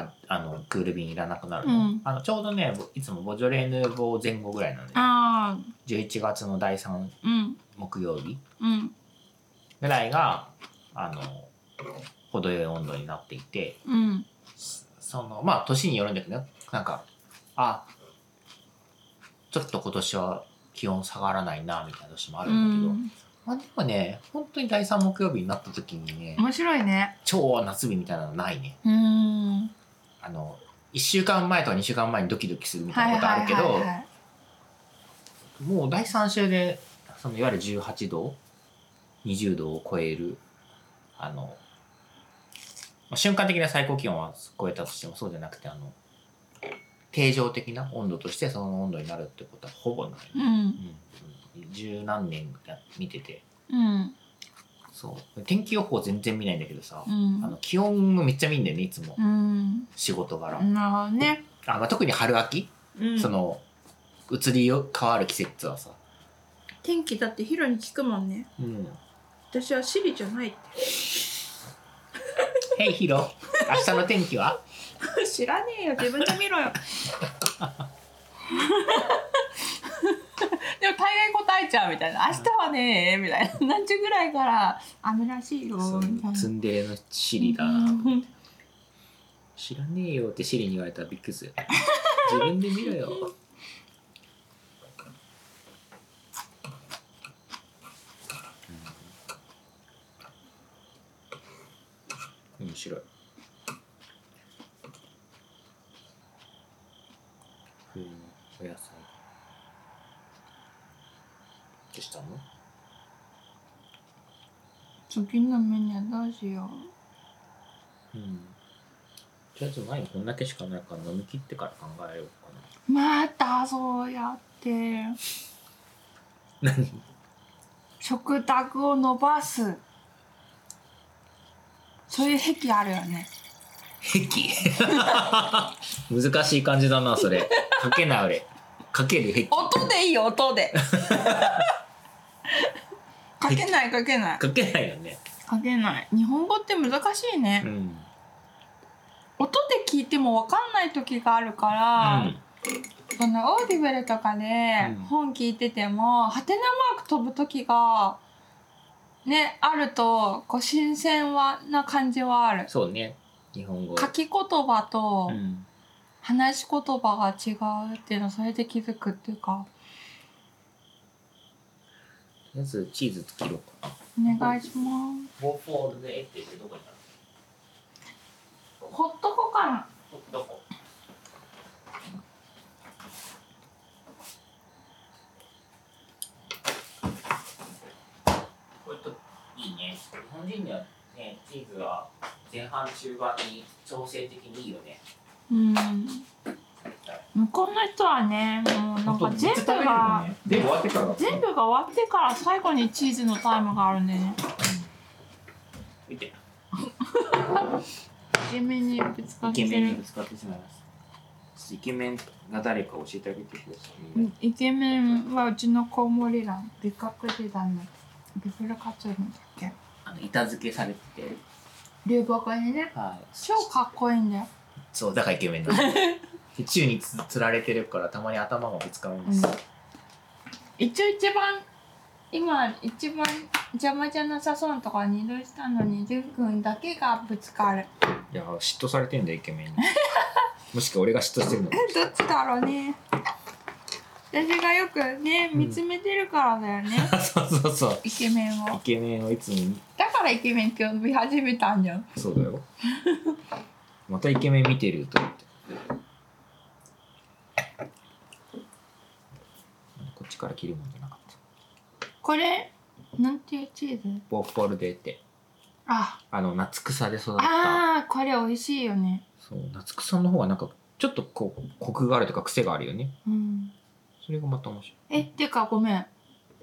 S1: あ、あの、クール便いらなくなるの。
S2: うん
S1: あの、ちょうどね、いつもボジョレ・ヌーボー前後ぐらいなんで、ね、
S2: ああ
S1: 11月の第3
S2: うん
S1: 木曜日
S2: うん
S1: ぐらいが、あの、程よい温度になっていて、
S2: うん
S1: そのまあ年によるんだけどねなんかあちょっと今年は気温下がらないなみたいな年もあ
S2: う
S1: るんだけど、
S2: ん
S1: まあでもね本当に第3木曜日になった時にね
S2: 面白いね
S1: 超夏日みたいなのないね
S2: うん
S1: あの1週間前とか2週間前にドキドキするみたいなことあるけど、
S2: はいはいはいはい
S1: もう第3週でそのいわゆる18度20度を超えるあの、まあ、瞬間的な最高気温は超えたとしてもそうじゃなくてあの定常的な温度としてその温度になるってことはほぼない、
S2: うん
S1: うん、十何年や見てて
S2: うん
S1: そう天気予報全然見ないんだけどさ、
S2: うん
S1: あの気温がめっちゃ見んだよねいつも、
S2: うん
S1: 仕事柄、
S2: なるほどね、
S1: あまあ、特に春秋、
S2: うん、
S1: その移りよ変わる季節はさ、
S2: 天気だってヒロに聞くもんね
S1: うん、
S2: 私はシリじゃないって
S1: ヘ イヒロ、明日の天気は
S2: 知らねえよ自分で見ろ よでも大概答えちゃうみたいな明日はねみたいな 何時ぐらいから雨らしいよみたいな
S1: ツンデレのシリだ
S2: う
S1: な。
S2: ん
S1: 知らねえよってシリに言われたらびっくりする。自分で見ろよ。うん面白い。冬のお野菜。どうしたの
S2: 次のメニューどうしよ
S1: うん。とりあえず前にこんだけしかないから飲み切ってから考えようか
S2: うまたそうやって
S1: な。何
S2: 食卓を伸ばすそういう癖あるよね
S1: 癖難しい感じだな、それ。書けない俺。書ける癖。
S2: 音でいいよ音 で書けない書けない
S1: 書けないよね。
S2: 書けない日本語って難しいね、
S1: うん。
S2: 音で聞いても分かんない時があるから、
S1: うん
S2: そのオーディブルとかで
S1: うん
S2: 本聞いてても、ハテナマーク飛ぶ時がねあるとこう新鮮はな感じはある
S1: そうね。日本語。
S2: 書き言葉と
S1: うん。
S2: 話し言葉が違うっていうのそれで気づくっていうか
S1: とりあえずチーズ切ろうかな。
S2: お願いします
S1: フォーフォールでエッテってどこにある
S2: ほっとこかな
S1: どここれといいね日本人にはねチーズは前半中盤に調整的にいいよね
S2: うん向こうの人はねもうなんか全部が、
S1: 全部終わってから
S2: 全部が終わってから最後にチーズのタイムがあるんでね
S1: 見て
S2: イケメンにぶつか
S1: イ
S2: っ
S1: ケ
S2: て
S1: メンにぶ
S2: る
S1: つかってしまいますイケメンが誰か教えてあげてください、
S2: イケメンはうちのコウモリランビカクリランのビフルカツオリンだっけ
S1: あの板付けされてて
S2: 流木にね
S1: はい
S2: 超かっこいいんだよ
S1: そうだからイケメンな ので宙につつられてるからたまに頭がぶつかるんです、
S2: うん一応一番今一番邪魔じゃなさそうなところに移動したのにジュン君だけがぶつかる
S1: いや嫉妬されてんだよイケメン にもしくは俺が嫉妬してるの
S2: どっちだろうね私がよくね見つめてるからだよね、
S1: そうそうそう
S2: イケメン
S1: イ
S2: を
S1: ケメンをいつも
S2: だからイケメンって呼び始めたんじゃん
S1: そうだよまたイケメン見てると思ってこっちから切るもんじゃなかった
S2: これなんていうチーズ
S1: ボッフォルデって
S2: あ
S1: あの夏草で育った
S2: あーこれ美味しいよね
S1: そう夏草の方がなんかちょっとこうコクがあるというか癖があるよね
S2: うん
S1: それがまた面白い
S2: えってかごめん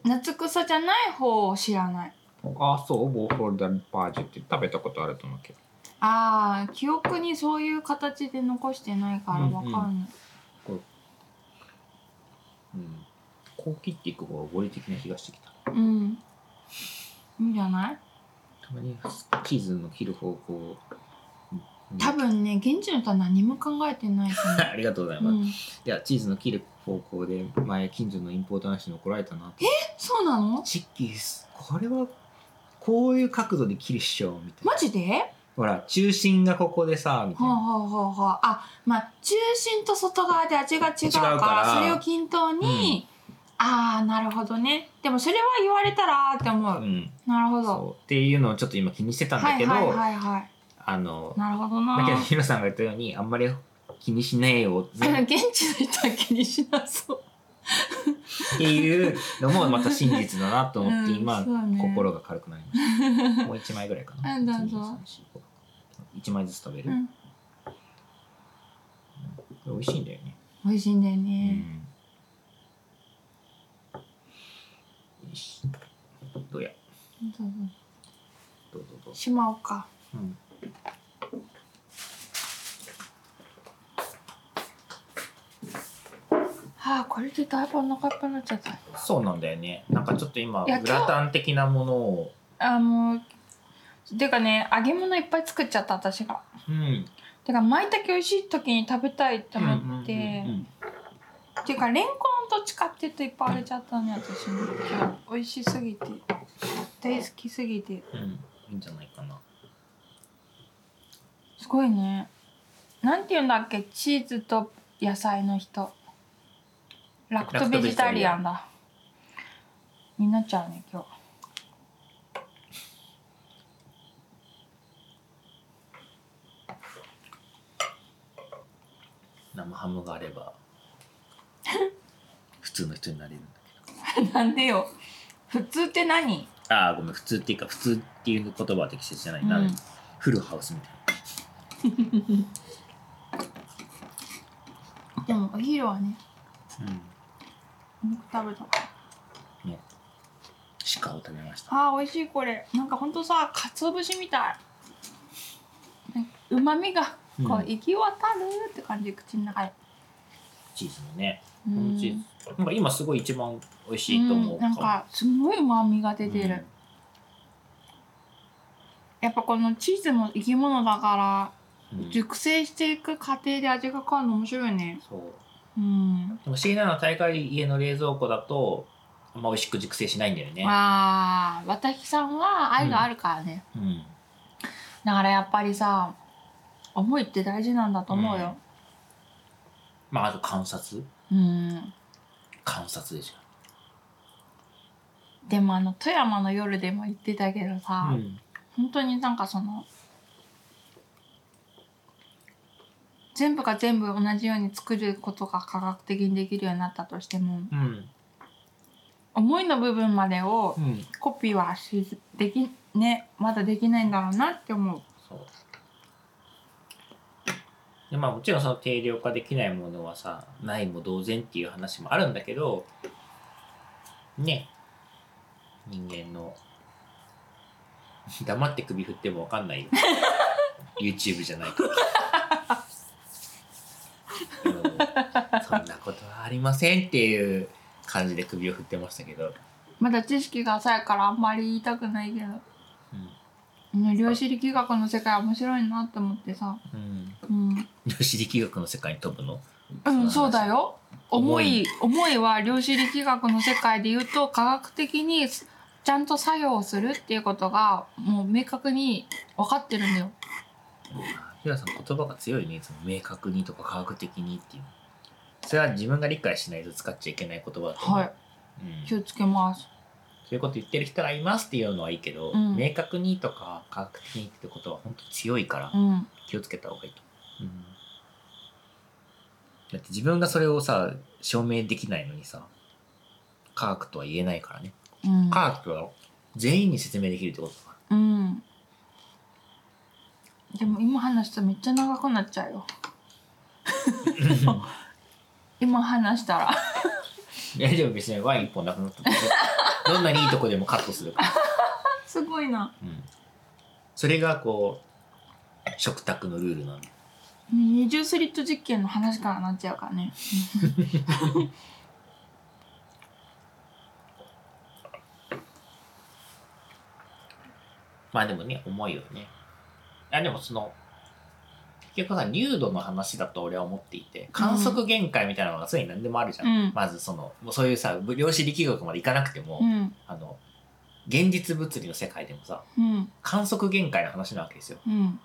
S2: 夏草じゃない方を知らない
S1: ああそうボーフォルダルパージュって食べたことあると思うけど
S2: ああ記憶にそういう形で残してないからわかんな
S1: う
S2: い、
S1: んこう切っていく方が合理的な気がしてきた
S2: うん。いいんじゃない
S1: たまにチーズの切る方向をうん
S2: 多分ね、現地の人は何も考えてないと
S1: ありがとうございま
S2: 思
S1: す、
S2: う。
S1: い
S2: うん、
S1: やチーズの切る方向で前近所のインポーターの人に怒られたなって
S2: そうなの
S1: チッキーすこれはこういう角度で切るっしょみたいな
S2: マジで
S1: ほら中心がここでさみたい
S2: ほう
S1: な
S2: ほうほうほう。あ、まあ、中心と外側で味が違うか
S1: 違
S2: ら、
S1: うから
S2: それを均等に、ああ、なるほどね。でもそれは言われたらあーって思
S1: う
S2: う。
S1: ん
S2: なるほど。
S1: そうっていうのをちょっと今気にしてたんだ
S2: はい
S1: けど、
S2: はいはいはい。
S1: あの
S2: なるほどな
S1: だけどヒロさんが言ったようにあんまり気にしないよっ
S2: 現地の人は気にしなそう
S1: ていうのもまた真実だなと思って今、
S2: うんそうね
S1: 心が軽くなりま したもう一枚ぐらいかな
S2: うんどうぞ
S1: 1枚ずつ食べる、
S2: うん
S1: 美味しいんだよね、
S2: 美味しいんだよ
S1: う
S2: ね、
S1: んよしどうや
S2: どうぞ
S1: どうぞどうぞ
S2: しまおうか
S1: うん
S2: ああこれでだいぶお腹いっぱいになっちゃった
S1: そうなんだよねなんかちょっと今
S2: いや今
S1: グ
S2: 日
S1: ラタン的なものを
S2: あのてかね揚げ物いっぱい作っちゃった私が
S1: うん
S2: てか舞茸美味しい時に食べたいと思って、
S1: うんうん
S2: ていうかレンコンと近ってといっぱいあれちゃったね私も今日美味しすぎて大好きすぎて
S1: うんうんいいんじゃないかな
S2: すごいねなんて言うんだっけチーズと野菜の人ラクトベジタリアンだになっちゃうね今日
S1: 生ハムがあれ ば普通の人になれるんだけ
S2: なんでよ普通って何
S1: どああごめん普通っていうか普通っていう言葉は適切じゃない、
S2: うん
S1: なフルハウスみたい
S2: でもお昼はね
S1: な、
S2: お肉食べた
S1: ね鹿を食べました
S2: あー美味しいこれなんかほんとさ鰹節みたいうまみがこ
S1: うん
S2: う行き渡るって感じ口の中に
S1: チーズもね
S2: う
S1: この
S2: ん
S1: チーズなんか今すごい一番美味しいと思う、
S2: うん、なんかすごい旨味が出てる、
S1: うん
S2: やっぱこのチーズも生き物だから、
S1: うん
S2: 熟成していく過程で味が変わるの面白いね
S1: そう
S2: うん
S1: でも不思議なのは大概家の冷蔵庫だとあんま美味しく熟成しないんだよね、
S2: あー私さんは愛があるからね、
S1: うん、
S2: だからやっぱりさ思いって大事なんだと思うよ
S1: まああと観察
S2: うん
S1: 観察でし
S2: でもあの富山の夜でも言ってたけど
S1: ょ、
S2: さ、
S1: うん、
S2: 本当になんかその全部が全部同じように作ることが科学的にできるようになったとしても
S1: うん
S2: 思いの部分までを
S1: うん
S2: コピーはしできねまだできないんだろうなって思う。
S1: そうでまあもちろんその定量化できないものはさないも同然っていう話もあるんだけどね人間の黙って首振っても分かんないよ YouTube じゃないから、うんそんなことはありませんっていう感じで首を振ってましたけど、
S2: まだ知識が浅いからあんまり言いたくないけど
S1: うん
S2: うん量子力学の世界面白いなって思ってさ、
S1: うん、
S2: うん、
S1: 量子力学の世界に飛ぶの
S2: うん、そうだよ。
S1: 思
S2: 思
S1: い
S2: い、思いは量子力学の世界で言うと、科学的にちゃんと作用するっていうことが、もう明確に分かってるんだよ。
S1: ひらさん言葉が強いねいつも明確にとか科学的にっていうそれは自分が理解しないと使っちゃいけない言葉だと思う、
S2: はい、
S1: うん、
S2: 気
S1: そう
S2: をつけます。
S1: いうこと言ってる人がいますっていうのはいいけど、
S2: うん
S1: 明確にとか科学的にってことは本当強いから
S2: うん、
S1: 気をつけた方がいいと、うん、だって自分がそれをさ証明できないのにさ科学とは言えないからね
S2: うん、
S1: 科学は全員に説明できるってことだから
S2: うん。でも今話したらめっちゃ長くなっちゃうよ。 今話したら。
S1: 大丈夫別にワイン一本なくなったけどどんなにいいとこでもカットするから、
S2: すごいな。
S1: うん、それがこう食卓のルールなんで
S2: 二重スリット実験の話からなっちゃうからね。
S1: まあでもね重いよねあでもその結局さ入度の話だと俺は思っていて観測限界みたいなのが常に何でもあるじゃん、
S2: うん
S1: まずそのもうそういうさ量子力学までいかなくても、
S2: うん、
S1: あの現実物理の世界でもさ
S2: うん、
S1: 観測限界の話なわけですよ
S2: うん、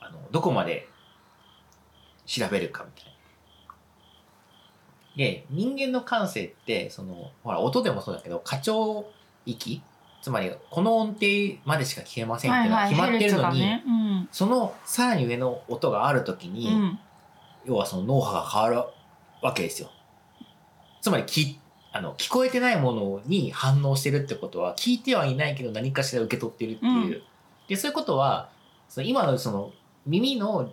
S1: あのどこまで調べるかみたいな。で人間の感性ってそのほら音でもそうだけど過聴域つまりこの音程までしか聞けませんっていうのが
S2: ヘ
S1: 決まって
S2: ル
S1: る
S2: ツ
S1: の
S2: が
S1: に、
S2: ね。うん。うん
S1: そのさらに上の音がある時に、
S2: うん
S1: 要はその脳波が変わるわけですよ。つまりきあの聞こえてないものに反応してるってことは聞いてはいないけど何かしら受け取ってるっていう。でそういうことはその今のその耳の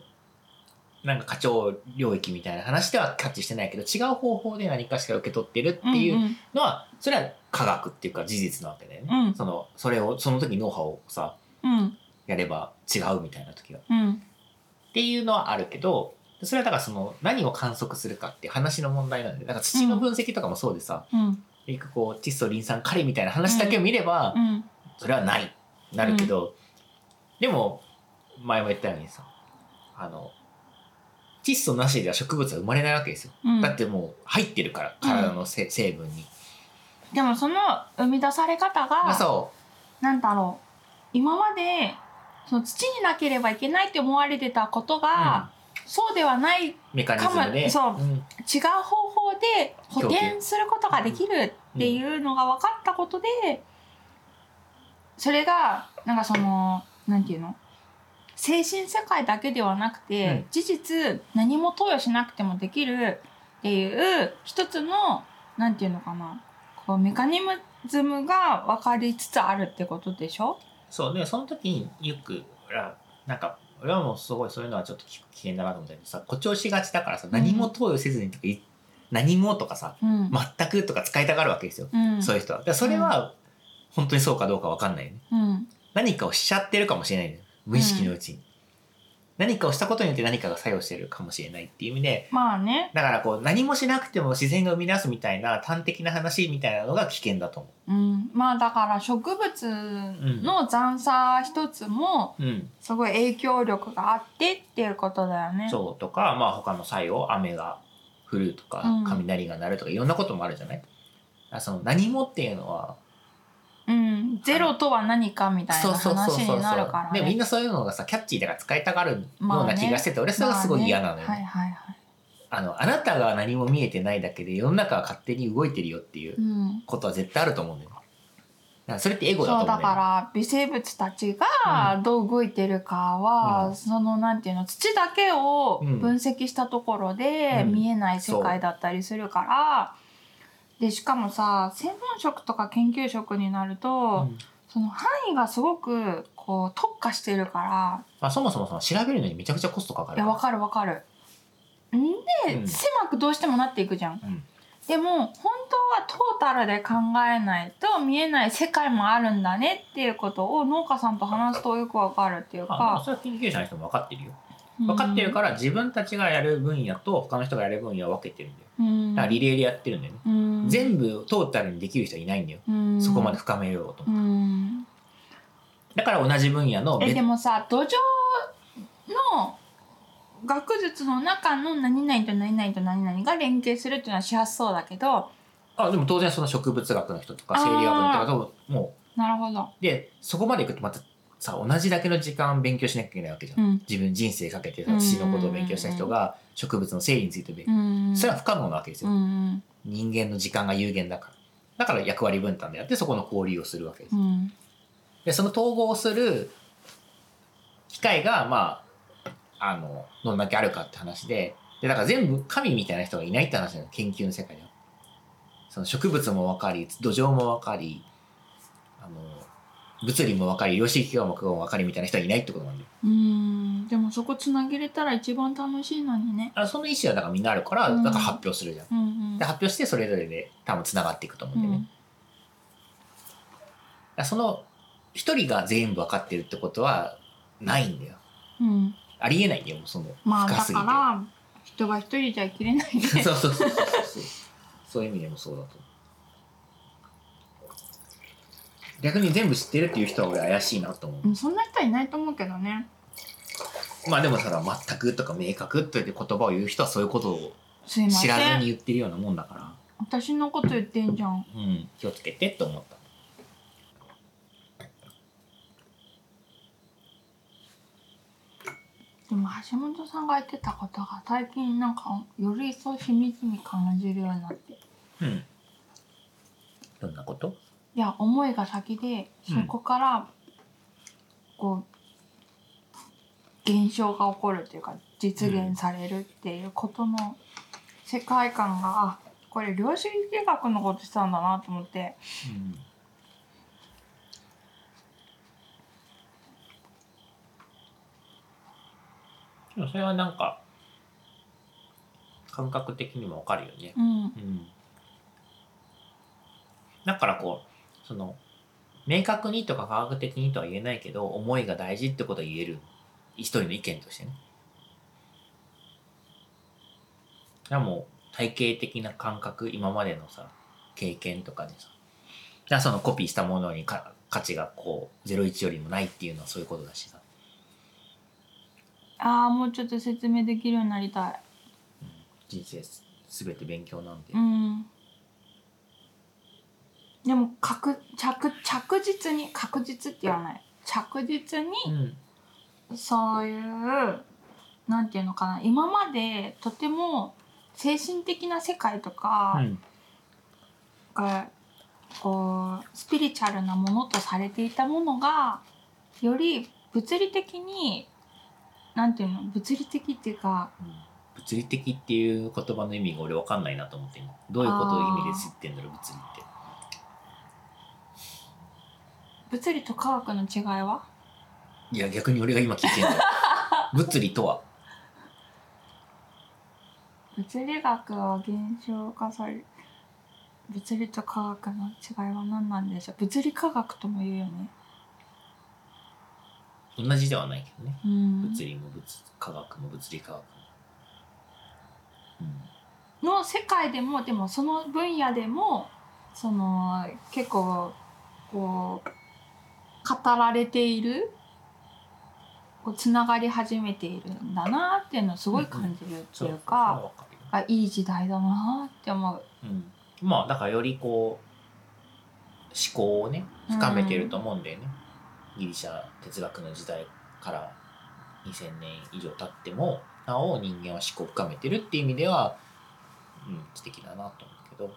S1: なんか課長領域みたいな話ではキャッチしてないけど違う方法で何かしら受け取ってるっていう
S2: うん
S1: のはそれは科学っていうか事実なわけだよね。
S2: うん
S1: そのそれをその時脳波をさ
S2: うん
S1: やれば違うみたいな時は。
S2: うん
S1: っていうのはあるけどそれはだからその何を観測するかっていう話の問題なんでだから土の分析とかもそうでさ、
S2: うん
S1: 結局こう窒素リン酸カリみたいな話だけを見れば、
S2: うん
S1: それはないなるけど、でも前も言ったようにさあの窒素なしでは植物は生まれないわけですよ、
S2: うん
S1: だってもう入ってるから体のせ、成分に。
S2: でもその生み出され方が
S1: そ
S2: なんだろう今までその土になければいけないって思われてたこと
S1: う、
S2: が、そうではない違
S1: う
S2: う
S1: んメカニズムで
S2: かもそうん方法で補填することができるっていうのが分かったことで、それがなんかそのなんていうの精神世界だけではなくて、
S1: うん
S2: 事実何も投与しなくてもできるっていう一つのなんていうのかなこうメカニズムが分かりつつあるってことでしょ
S1: そうね、その時によく、俺はなんか、俺はもうすごいそういうのはちょっと危危険だなと思ったけどさ、誇張しがちだからさ、何も投与せずにとか、い何もとかさ、
S2: うん
S1: 全くとか使いたがるわけですよ。
S2: うん
S1: そういう人は。だからそれは、本当にそうかどうかわかんないよね。
S2: うん
S1: 何かをしちゃってるかもしれないのよ無意識のうちに。何かをしたことによって何かが作用してるかもしれないっていう意味で、
S2: まあね
S1: だからこう、何もしなくても自然が生み出すみたいな端的な話みたいなのが危険だと思
S2: うん、まあだから植物の残差一つも
S1: う。うん。
S2: すごい影響力があってっていうことだよね。
S1: そうとか、まあ、他の作用雨が降るとか
S2: うん
S1: 雷が鳴るとかいろんなこともあるじゃない、あその何もっていうのは
S2: うん、ゼロとは何かみたいな話になるから
S1: でみん
S2: ね。
S1: なそういうのがさキャッチーだから使いたがるよう
S2: まあ
S1: な
S2: ね
S1: 気がしてて、俺それがすごい嫌なのよ、
S2: まあねはいはいはい。
S1: あのあなたが何も見えてないだけで世の中は勝手に動いてるよっていう
S2: うん。
S1: ことは絶対あると思うんだよねだからそれってエゴ
S2: そ
S1: だと
S2: う
S1: 思
S2: だ
S1: う
S2: か
S1: んだよね
S2: ら微生物たちがどう動いてるかは、
S1: うん
S2: そのなんていうの土だけを
S1: うん
S2: 分析したところで
S1: うん
S2: 見えない世界だったりするから、でしかもさ専門職とか研究職になると、
S1: うん
S2: その範囲がすごくこう特化してるか
S1: まあ、そもそもその調べるのにめちゃくちゃコストかからる
S2: いやわかるわかるんで、
S1: うん
S2: 狭くどうしてもなっていくじゃん
S1: うん
S2: でも本当はトータルで考えないと見えない世界もあるんだねっていうことを農家さんと話すとよくわかるっていう
S1: あ
S2: か
S1: それは研究者の人も分かってるよ
S2: うん
S1: 分かってるから自分たちがやる分野と他の人がやる分野を分けてるんだよ
S2: うん
S1: だからリレーでやってるんだよね、
S2: うん
S1: 全部トータルにできる人いないんだよ、
S2: うん
S1: そこまで深めようと、
S2: うん
S1: だから同じ分野の
S2: え
S1: 別
S2: でもさ土壌の学術の中の何々と何々と何々が連携するっていうのはしやすそうだけど
S1: あでも当然その植物学の人とか
S2: あー
S1: 生理学の人とかとも
S2: なるほど。
S1: うでそこまでいくとまたさ同じだけの時間勉強しなきゃいけないわけじゃん、
S2: うん
S1: 自分人生かけて
S2: う
S1: さ
S2: ん
S1: 土のことを勉強した人が植物の生理について勉強、
S2: うん
S1: それは不可能なわけです
S2: う
S1: よ、
S2: ん
S1: 人間の時間が有限だからだから役割分担でやってそこの交流をするわけです
S2: う、ん
S1: でその統合する機会がまああのどんだけあるかって話ででだから全部神みたいな人がいないって話なの研究の世界ではその植物も分かり土壌も分かりあの物理も分かり量子力学も分かりみたいな人はいないってことなんだよ
S2: うんでもそこつなげれたら一番楽しいのにね。
S1: あその意思はだからみんなあるから
S2: う
S1: だ
S2: ん
S1: から発表するじゃん、
S2: うんうん
S1: で発表してそれぞれで多分つながっていくと思う
S2: うん
S1: でね、
S2: ん
S1: だからその一人が全部分かってるってことはないんだよ
S2: うん
S1: ありえないんだよもうその
S2: まあ
S1: 深
S2: だ
S1: すぎて。
S2: から人が一人じゃ生きれ ないね。
S1: そうそうそうそうそう。そういう意味でもそうだと思う。逆に全部知ってるっていう人は俺怪しいなと思
S2: うんそんな人はいないと思うけどね。
S1: う。まあでもさ、全くとか明確という言葉を言う人はそういうことを
S2: すいま
S1: 知ら
S2: せ
S1: ずに
S2: ん。
S1: 言ってるようなもんだか
S2: 私のこと言ってんじゃん。
S1: ら、うん、気をつけてって思った。
S2: でも橋本さんが言ってたことが最近なんかより一層しみじみ感じるようになって。
S1: うん。どんなこと
S2: いや思いが先で
S1: う
S2: そ
S1: ん
S2: こから、こう現象が起こるっていうか実現されるっていうことの世界観が、あこれ量子力学のことしたんだなと思って
S1: でもそれはなんか感覚的にもわかるよね。
S2: うん
S1: うん、だからこうその明確にとか科学的にとは言えないけど思いが大事ってことは言える一人の意見としてね。だからもう体系的な感覚今までのさ経験とかでさだからそのコピーしたものにか価値がこう01よりもないっていうのはそういうことだしさ。
S2: ああもうちょっと説明できるようになりたい
S1: 人生すすべて勉強なんで、
S2: うんでも確着着実に確実って言わない着実に
S1: うん
S2: そういうなんていうのかな今までとても精神的な世界とか
S1: ん
S2: が、こうスピリチュアルなものとされていたものがより物理的になんていうの物理的っていうか
S1: 物理的っていう言葉の意味が俺わかんないなと思って今どういうことを意味で知ってんだろう物理って
S2: 物理と科学の違いはい
S1: や逆に俺が今聞いてんだよ 物理とは
S2: 物理学は現象化され物理と科学の違いは何なんでしょう物理科学とも言うよね。
S1: 同じではないけどね
S2: うん
S1: 物理も物科学も物理科学も、
S2: の世界でもでもその分野でもその結構こう語られているこうつながり始めているんだなっていうのをすごい感じるっていう
S1: それ
S2: か
S1: はわかるよ
S2: あいい時代だなって思う。
S1: うん、まあだからよりこう思考をね深めてると思うんだよね、ギリシャ哲学の時代から2000年以上経ってもなお人間は思考を深めてるっていう意味では、うん、素敵だなと思うけど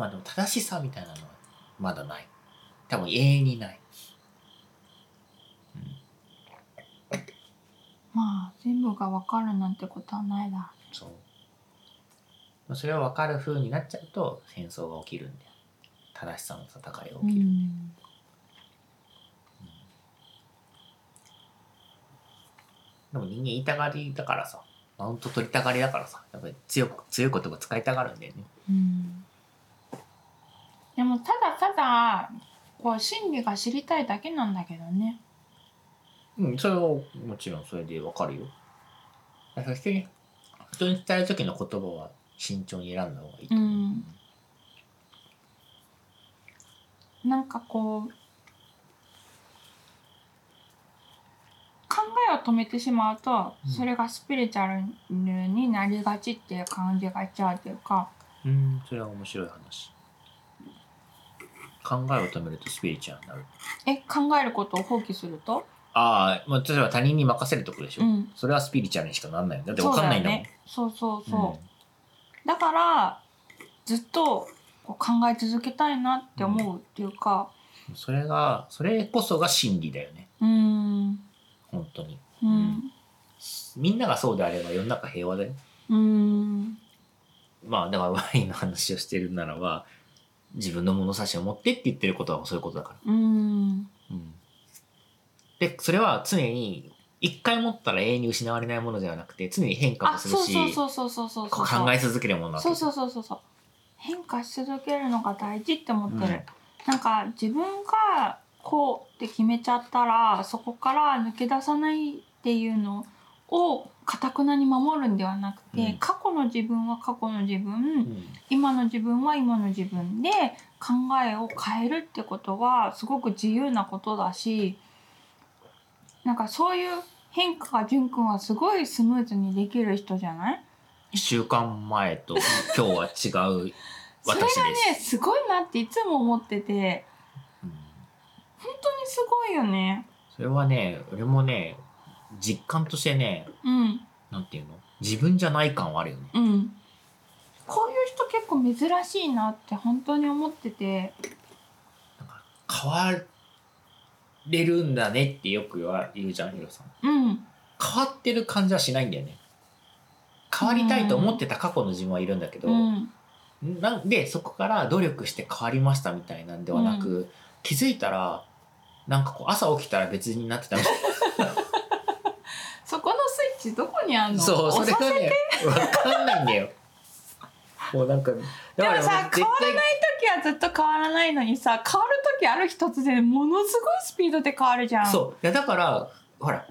S1: まあでも正しさみたいなのはまだない多分永遠にない
S2: まあ全部がわかるなんてことはないだ
S1: そうまあそれを分かる風になっちゃうと戦争が起きるんだよ正しさの戦いが
S2: ろう
S1: 起きる、
S2: ん
S1: でも人間言いたがりだからさ、マウント取りたがりだからさ、やっぱり強く、強い言葉使いたがるんだよね。
S2: うんでもただただこう真理が知りたいだけなんだけどね。
S1: うん、それはもちろんそれでわかるよ。だから人に、人に伝える時の言葉は慎重に選んだ方がいいと思う。
S2: うんなんかこう考えを止めてしまうと
S1: うん
S2: それがスピリチュアルになりがちっていう感じがしちゃうっていうか
S1: うん、それは面白い話。考えを止めるとスピリチュアルになる。
S2: え考えることを放棄すると、
S1: ああ、まあ、例えば他人に任せるとこでしょ。
S2: うん、
S1: それはスピリチュアルにしかならないよだって
S2: そ
S1: わ
S2: う
S1: かん
S2: だ
S1: ない
S2: よ
S1: んだもん。
S2: ねそうそう
S1: う
S2: そう、だからずっとこう考え続けたいなって思うっていうか
S1: んそれが、それこそが真理だよね。
S2: うん
S1: 本当に。
S2: うん
S1: みんながそうであれば世の中平和だよ。
S2: うん
S1: まあだからワインの話をしてるならば自分の物差しを持ってって言ってることはそういうことだから。
S2: うん
S1: でそれは常に一回持ったら永遠に失われないものではなくて常に変化も
S2: あ
S1: する
S2: そう
S1: し
S2: そうそうそうそうそうそう
S1: 考え続けるものだ
S2: そうそうそうそうそう変化し続けるのが大事って思ってる、なんか自分がこうって決めちゃったらそこから抜け出さないっていうのをかたくなに守るんではなくて、
S1: うん
S2: 過去の自分は過去の自分、
S1: うん
S2: 今の自分は今の自分で考えを変えるってことはすごく自由なことだしなんかそういう変化が淳君はすごいスムーズにできる人じゃない
S1: 一週間前と今日は違う
S2: それが
S1: 私で
S2: ね
S1: す。
S2: すごいなっていつも思ってて
S1: うん
S2: 本当にすごいよね
S1: それはね俺もね実感としてね
S2: うん
S1: なんていうの自分じゃない感はあるよね。
S2: うんこういう人結構珍しいなって本当に思ってて
S1: 変われるんだねってよく言わ言うじゃんヒロさん
S2: うん
S1: 変わってる感じはしないんだよね変わりたいと思ってた過去の自分はいるんだけど、
S2: うん
S1: なんでそこから努力して変わりましたみたいなんではなく、気づいたらなんかこう朝起きたら別になってたみたい
S2: そこのスイッチどこ にあん
S1: な
S2: の
S1: そうそれがねわかんないんだよもうなんかでも
S2: でもさ変わらない時はずっと変わらないのにさ変わる時ある日突然ものすごいスピードで変わるじゃん
S1: そういやだからほら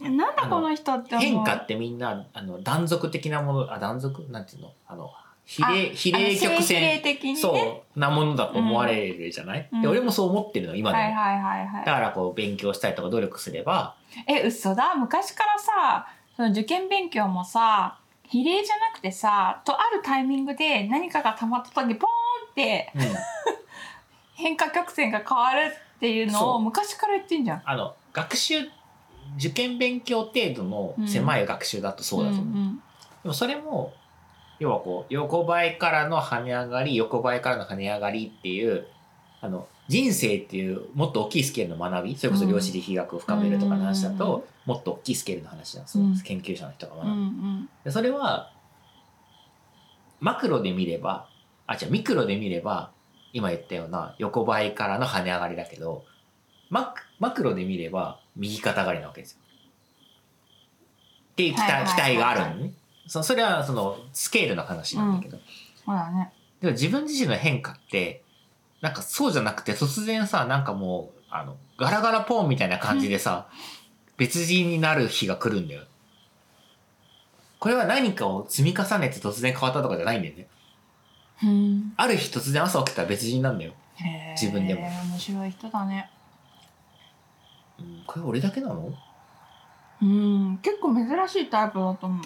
S2: なんだこの人って思う
S1: 変化ってみんなあの断続的なものあ断続なんていうのあの比例比例
S2: あ
S1: 曲
S2: の正比例
S1: 線
S2: 的にね
S1: そうなものだと思われるじゃない、
S2: うん
S1: で
S2: うん
S1: 俺もそう思ってるの今でも、
S2: はいはいはいはい
S1: だからこう勉強したりとか努力すれば
S2: え嘘だ昔からさその受験勉強もさ比例じゃなくてさとあるタイミングで何かが溜まった時にポーンって
S1: うん
S2: 変化曲線が変わるっていうの
S1: そ
S2: を
S1: う
S2: 昔から言ってんじゃん。
S1: あの学習受験勉強程度の狭い学習だとそうだと思う、
S2: んん
S1: でもそれも要はこう横ばいからの跳ね上がり横ばいからの跳ね上がりっていうあの人生っていうもっと大きいスケールの学びそれこそ量子力学を深めるとかの話だと、もっと大きいスケールの話なんですよ、
S2: うん
S1: 研究者の人が
S2: う
S1: 学ぶ、
S2: ん
S1: でそれはマクロで見ればあじゃあミクロで見れば今言ったような横ばいからの跳ね上がりだけどマクマクロで見れば右肩上がりなわけですよ。っていう期
S2: はいはい
S1: 待
S2: は
S1: 期
S2: い
S1: 待があるのね。そそれはそのスケールの話なんだけど、
S2: そうだね。
S1: でも自分自身の変化ってなんかそうじゃなくて突然さなんかもうあのガラガラポンみたいな感じでさ、別人になる日が来るんだよ。これは何かを積み重ねて突然変わったとかじゃないんだよね。
S2: うん
S1: ある日突然朝起きたら別人なんだよ。
S2: へー
S1: 自分でも
S2: 面白い人だね。
S1: うんこれ俺だけなの、
S2: うん結構珍しいタイプだと思う。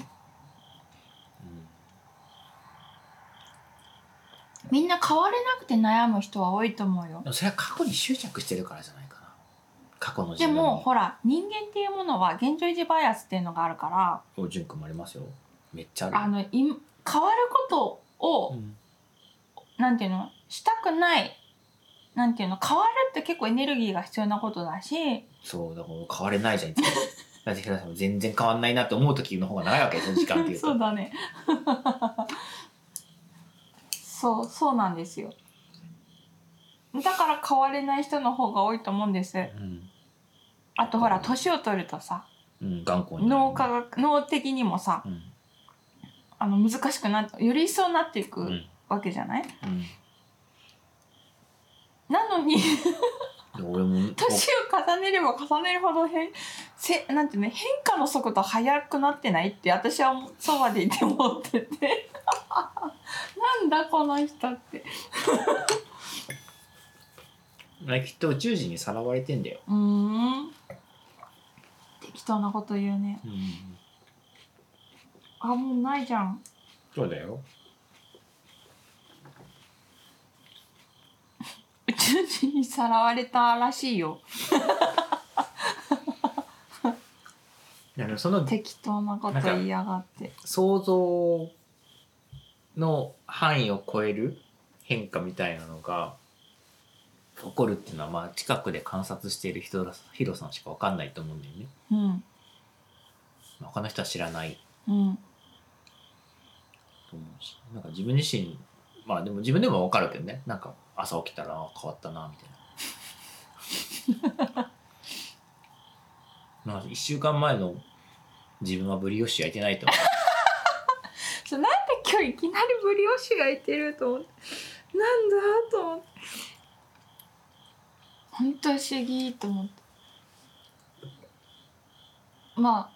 S2: みんな変われなくて悩む人は多いと思うよ
S1: で。もそれは過去に執着してるからじゃないかな。過去の自
S2: で
S1: 分に
S2: もほら人間っていうものは現状維持バイアスっていうのがあるから。
S1: おじゅんくんもありますよ。めっちゃある。
S2: あのい変わることを、
S1: うん
S2: なんていうのしたくないなんていうの変わるって結構エネルギーが必要なことだし
S1: そう、だからもう変われないじゃん、い つも。だって、さんも全然変わんないなって思う時の方が長いわけですよ、時間っていうと。
S2: そうだねそうそうなんですよだから変われない人の方が多いと思うんです
S1: うん。
S2: あとほら年を取るとさ
S1: うん、頑固になる。
S2: 脳科学脳的にもさ
S1: うん。
S2: あの難しくなってより一層なっていく
S1: うん。
S2: わけじゃない、
S1: うん。
S2: なのに
S1: で俺も、
S2: 年を重ねれば重ねるほど変せなんてね変化の速度速くなってないって私はもうそばでいて思ってて なんだこの人って
S1: おきっと宇宙人にさらわれてんだよ。
S2: うーん適当なこと言うね
S1: うん。
S2: あもうないじゃん
S1: そうだよ。
S2: 宇宙人にさらわれたらしいよ
S1: だからその
S2: 適当なこと言いやがって
S1: 想像の範囲を超える変化みたいなのが起こるっていうのは、まあ、近くで観察している人らヒロさんしかわかんないと思うんだよね。
S2: うん
S1: まあ他の人は知らない
S2: うん
S1: と思うしなんか自分自身まあでも自分でも分かるけどねなんか朝起きたらあ変わったなみたい ななんか1週間前の自分はブリオッシュ焼いてないと思
S2: ちょなんで今日いきなりブリオッシュがいてると思ってなんだと思って本当不思議と思ってまあ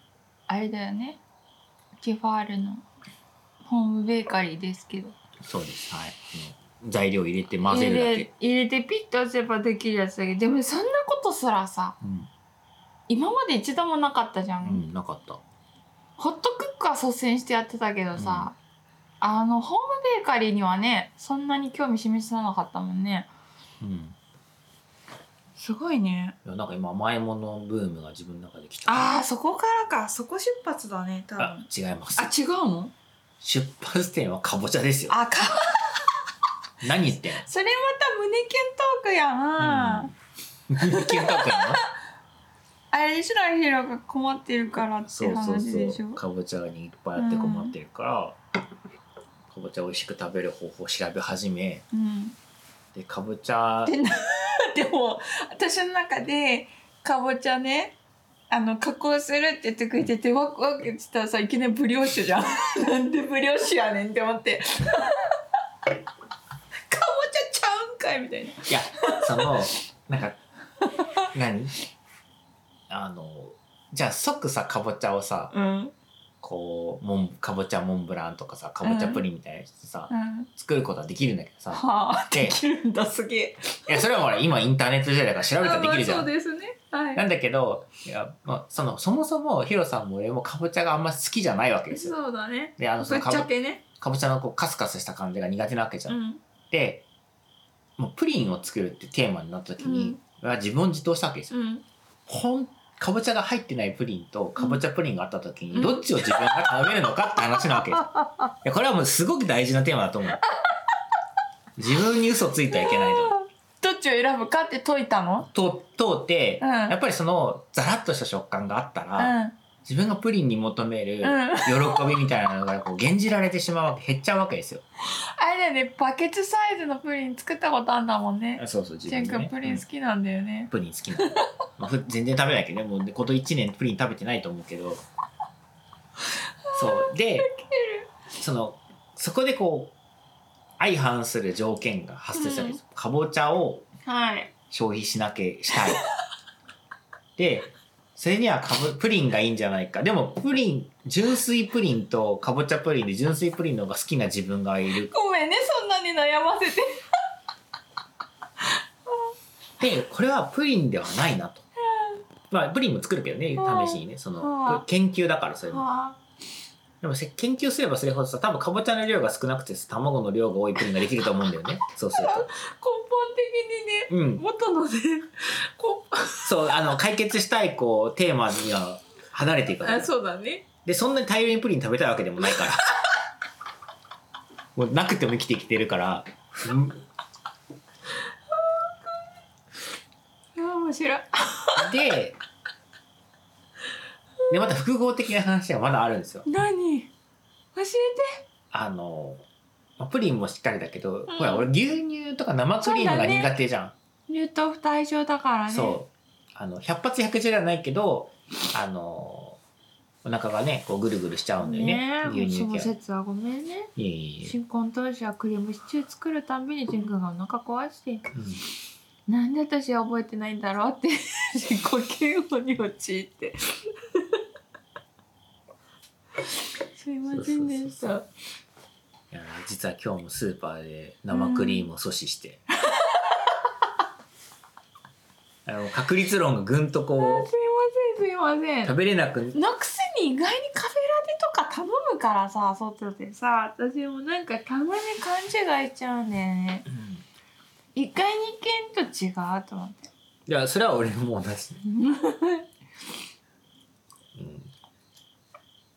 S2: あれだよねケファールのホームベーカリーですけど
S1: うそうですはいあの材料入れて混ぜるだ
S2: 入
S1: け
S2: れ、入れてピッと押せばできるやつだけどでもそんなことすらさ
S1: うん
S2: 今まで一度もなかったじゃん、
S1: うん、なかった
S2: ホットクックは率先してやってたけどさ、あのホームベーカリーにはねそんなに興味示さなかったもんね
S1: うん
S2: すごいね
S1: いやなんか今甘いものブームが自分の中で来た
S2: ああそこからかそこ出発だね多分
S1: あ
S2: あ
S1: 違います
S2: 違うの
S1: 出発点はかぼちゃですよ
S2: あか
S1: 何言ってん
S2: それまた胸キュントークや
S1: うん 喧
S2: な、
S1: 嘩かな
S2: あれに白いヒロが困ってるからって
S1: そうそう
S2: 話でし
S1: そ
S2: ょ
S1: うかぼちゃにいっぱいあって困ってるから、かぼちゃを美味しく食べる方法を調べ始め
S2: うん
S1: でかぼちゃ
S2: でなでも私の中でかぼちゃねあの加工するって得意でてワクワクってたらさいきなりブリオッシュじゃん なんでブリオッシュやねんって思って かぼちゃちゃうんかいみたいない
S1: やそのなんか何あのじゃあ即さかぼちゃをさ
S2: うん
S1: こうモンかぼちゃモンブランとかさかぼちゃプリンみたいにしてさ、
S2: うん
S1: 作ることはできるんだけどさ
S2: はあ
S1: で
S2: できるんだすげえ
S1: いやそれはほら今インターネット時代だから調べたらできるじゃ。
S2: あまあそうんですねはい
S1: なんだけどいや、まあ、そのそもそもヒロさんも俺もかぼちゃがあんま好きじゃないわけですよ。
S2: そうだね
S1: であ
S2: ぶ
S1: の
S2: っ
S1: そのか
S2: ちゃ
S1: ぼ
S2: けね
S1: かぼちゃのこうカスカスした感じが苦手なわけじゃ。
S2: うんん
S1: でもうプリンを作るってテーマになった時に、俺は自問自答したわけですよ
S2: うん
S1: ほんかぼちゃが入ってないプリンとかぼちゃプリンがあった時にどっちを自分が食べるのかって話なわけです いやこれはもうすごく大事なテーマだと思う自分に嘘ついてはいけない
S2: どっちを選ぶかって解いたの
S1: とと通って、
S2: うん
S1: やっぱりそのザラッとした食感があった
S2: う
S1: ら、
S2: ん
S1: 自分がプリンに求める
S2: うん
S1: 喜びみたいなのがこう減じられてしまうわけ減っちゃうわけですよ
S2: あれだよね、バケツサイズのプリン作ったことあんだもんね。
S1: そうそう自
S2: しゅんくんプリン好きなんだよね。
S1: プリン好きなの、 まあ、ふ全然食べないけどねもう今1年プリン食べてないと思うけどそうでそのそこでこう相反する条件が発生するんです、かぼちゃを
S2: はい。
S1: 消費しなきゃしたいでそれにはかぶプリンがいいんじゃないかでもプリン純粋プリンとかぼちゃプリンで純粋プリンの方が好きな自分がいる
S2: ごめんね、そんなに悩ませて。
S1: でこれはプリンではないなと。まあ、プリンも作るけどね試しにねそ
S2: は
S1: の
S2: い
S1: 研究だからそれも
S2: は
S1: でもせ研究すればするほどさ多分かぼちゃの量が少なくてさ卵の量が多いプリンができると思うんだ よねそうする
S2: あ、根本的にね、
S1: とうん
S2: 元のね、こ
S1: そうあの解決したいこうテーマには離れていかな
S2: あ
S1: い
S2: そうだね。
S1: でそんなに大量にプリン食べたいわけでもない からもうなくても生きてきてるから、うん
S2: あー面白い。
S1: ででまた複合的な話がまだあるんですよ
S2: 何教えて。
S1: あのまあプリンもしっかりだけど、
S2: うん
S1: ほら俺牛乳とか生クリームが苦手じゃん
S2: 乳糖不対症だからね。
S1: そうあの百発百中ではないけどあのお腹がねこうぐるぐるしちゃうんだよね
S2: ねえ、
S1: 牛乳
S2: その
S1: 系は
S2: 説はごめんね。
S1: いえいえいえ
S2: 新婚当時はクリームシチュー作るたんびにしゅんくんがお腹壊して。
S1: うん
S2: なんで私は覚えてないんだろうって 自己嫌悪に陥 ってすいませんでし
S1: そうそう
S2: た
S1: いや実は今日もスーパーで生クリームを阻止 して、あの確率論がぐんとこう
S2: すいませんすいません
S1: 食べれなく
S2: のくせに意外にカフェラテとか頼むからさ外でさ私もなんかたまに勘違いしちゃうんだよね
S1: うん
S2: 一回二軒と違うと思って
S1: いやそれは俺も同じ、 うん、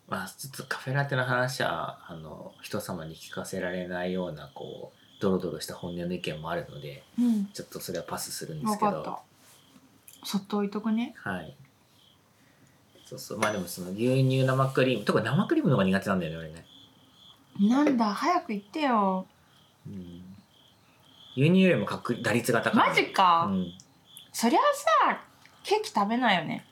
S1: まあちょっとカフェラテの話はあの人様に聞かせられないようなこうドロドロした本音の意見もあるので
S2: うん
S1: ちょっとそれはパスするんです
S2: 分
S1: けど
S2: かったそっと置いとくね
S1: はいそうそうまあでもその牛乳生クリーム特に生クリームの方が苦手なんだよね俺ね、
S2: なんだ早く言ってよ
S1: うん、牛乳よりも確打率が高い
S2: マジか、
S1: うん、
S2: そりゃさケーキ食べないよね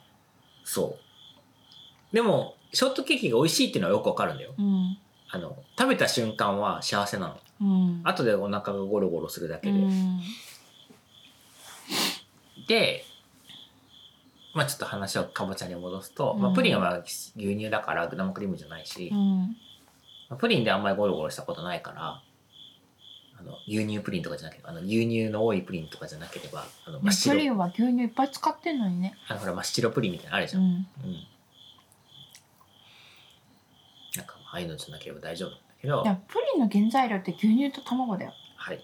S1: そうでもショートケーキが美味しいっていうのはよくわかるんだよ
S2: うん
S1: あの食べた瞬間は幸せなの
S2: うん
S1: 後でお腹がゴロゴロするだけ
S2: う
S1: で、
S2: ん
S1: でまあちょっと話をかぼちゃに戻すと、まあ、
S2: うん
S1: プリンは牛乳だから生クリームじゃないし、
S2: うん
S1: まあプリンであんまりゴロゴロしたことないからあの牛乳プリンとかじゃなければあの牛乳の多いプリンとかじゃなければあの真っ
S2: プリ
S1: 白
S2: ンは牛乳いっぱい使ってんのにね
S1: あのほら真っ白プリンみたいなのあるじ
S2: う
S1: ゃん、
S2: ん
S1: うんなんかああいうのじゃなければ大丈夫なんだけど
S2: いやプリンの原材料って牛乳と卵だよ
S1: はい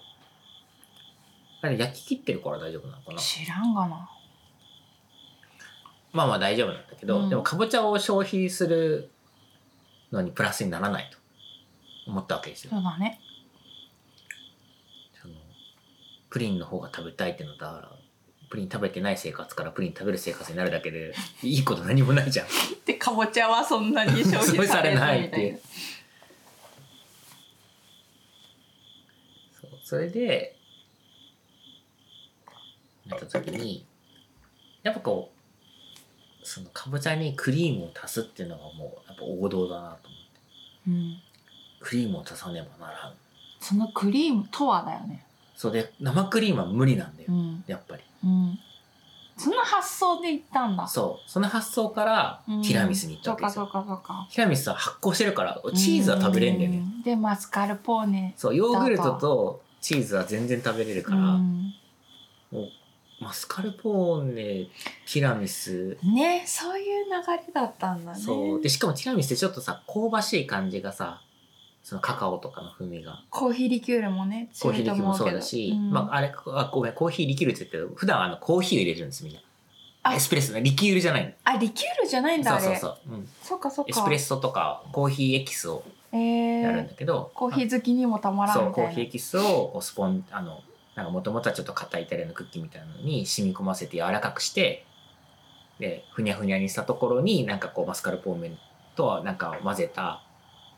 S1: あれ焼き切ってるから大丈夫なのかな
S2: 知らんがな
S1: まあまあ大丈夫なんだけど、
S2: うん
S1: でもかぼちゃを消費するのにプラスにならないと思ったわけですよ。
S2: そうだ ね
S1: そのプリンの方が食べたいってのだからプリン食べてない生活からプリン食べる生活になるだけでいいこと何もないじゃん
S2: でかぼちゃはそんなに
S1: 消
S2: 消費
S1: 費
S2: さ
S1: さ
S2: れ
S1: れ
S2: な
S1: ないい
S2: み
S1: った
S2: いな
S1: てそうそれでなった時にやっぱこうそのかぼちゃにクリームを足すっていうのがもうやっぱ王道だなと思って
S2: うん、
S1: クリームを足さねばならん
S2: そのクリームとはだよね
S1: そうで生クリームは無理なんだよ、
S2: うん
S1: やっぱり
S2: うんその発想で行ったんだ
S1: そうその発想からテ
S2: うん
S1: ィラミスに行った
S2: そ
S1: わ
S2: う
S1: けで
S2: か
S1: す
S2: そう
S1: よ、
S2: かそうか
S1: ティラミスは発酵してるからチーズは食べれるんだよね、
S2: うでマスカルポーネ
S1: そうヨーグルトとチーズは全然食べれるから、
S2: うん
S1: マスカルポーネティラミス
S2: ねそういう流れだったんだね
S1: そうでしかもティラミスってちょっとさ香ばしい感じがさそのカカオとかの風味が
S2: コーヒーリキュールもね
S1: コーヒーリキュールも
S2: 強
S1: そ
S2: いう
S1: だ
S2: と思けど
S1: し、
S2: ん
S1: まあ、あれあごめんコーヒーリキュールって言って普段はあのコーヒーを入れるんですみん
S2: あ
S1: なエスプレッソねリキュールじゃない
S2: あリキュールじゃないん
S1: の
S2: だ
S1: そ
S2: あ
S1: う
S2: れ
S1: そうそう、うん、
S2: そうかそうか
S1: エスプレッソとかコーヒーエキスを
S2: え
S1: やるん
S2: ー
S1: だけど、
S2: コーヒー好きにもたまら
S1: そ
S2: ん
S1: う
S2: み
S1: コ
S2: た
S1: ー
S2: いな
S1: ヒーエキスをこうスポンあのなんかもともとはちょっと硬いイタリアのクッキーみたいなのに染み込ませて柔らかくしてでふにゃふにゃにしたところになんかこうマスカルポーネとはなんか混ぜた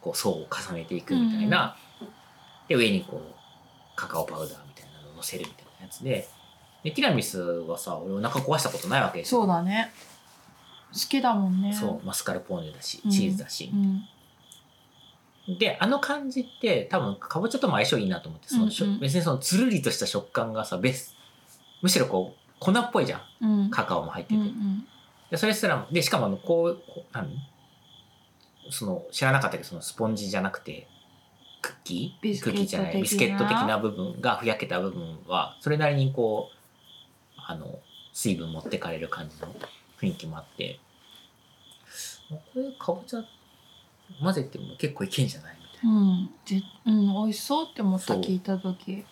S1: こう層を重ねていくみたいな、で上にこうカカオパウダーみたいなのをのせるみたいなやつででティラミスはさ俺お腹壊したことないわけですよ
S2: そうだね好きだもんね
S1: そうマスカルポーネだし
S2: うん
S1: チーズだし、
S2: うん
S1: であの感じって多分かぼちゃとも相性いいなと思ってそのしょ、
S2: うんうん
S1: 別にそのつるりとした食感がさベスむしろこう粉っぽいじゃん
S2: うん
S1: カカオも入って
S2: う
S1: て、
S2: んうん
S1: でそれすらもでしかもあのこうこう何その知らなかったけどそのスポンジじゃなくてクッキ
S2: ビ
S1: ー
S2: スケ
S1: ク
S2: ッ
S1: ッ
S2: ト
S1: キーじゃないビスケット的な部分がふやけた部分はそれなりにこうあの水分持ってかれる感じの雰囲気もあってこれかぼちゃ混ぜても結構いけんじゃないみたいな。
S2: うん、ぜうん、美味しそうって思った
S1: そう
S2: 聞いた時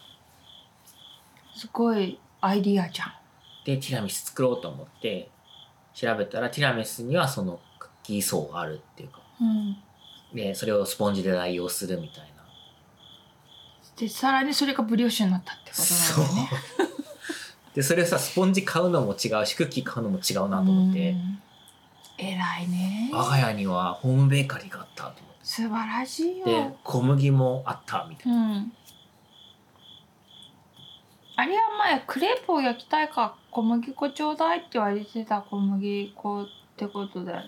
S2: すごいアイディアじゃん
S1: でティラミス作ろうと思って調べたらティラミスにはそのクッキー層があるっていうか
S2: うん、
S1: でそれをスポンジで代用するみたいな
S2: でさらにそれがブリオッシュになったってことなんだよね
S1: でそれをさスポンジ買うのも違うしクッキー買うのも違うなと思って
S2: うん偉いね
S1: 我が家にはホームベーカリーがあったと思っ
S2: 素晴らしい
S1: てで
S2: よ、
S1: 小麦もあったみたいうな、
S2: ん、あれは前クレープを焼きたいから小麦粉ちょうだいって言われてた小麦粉ってことだよね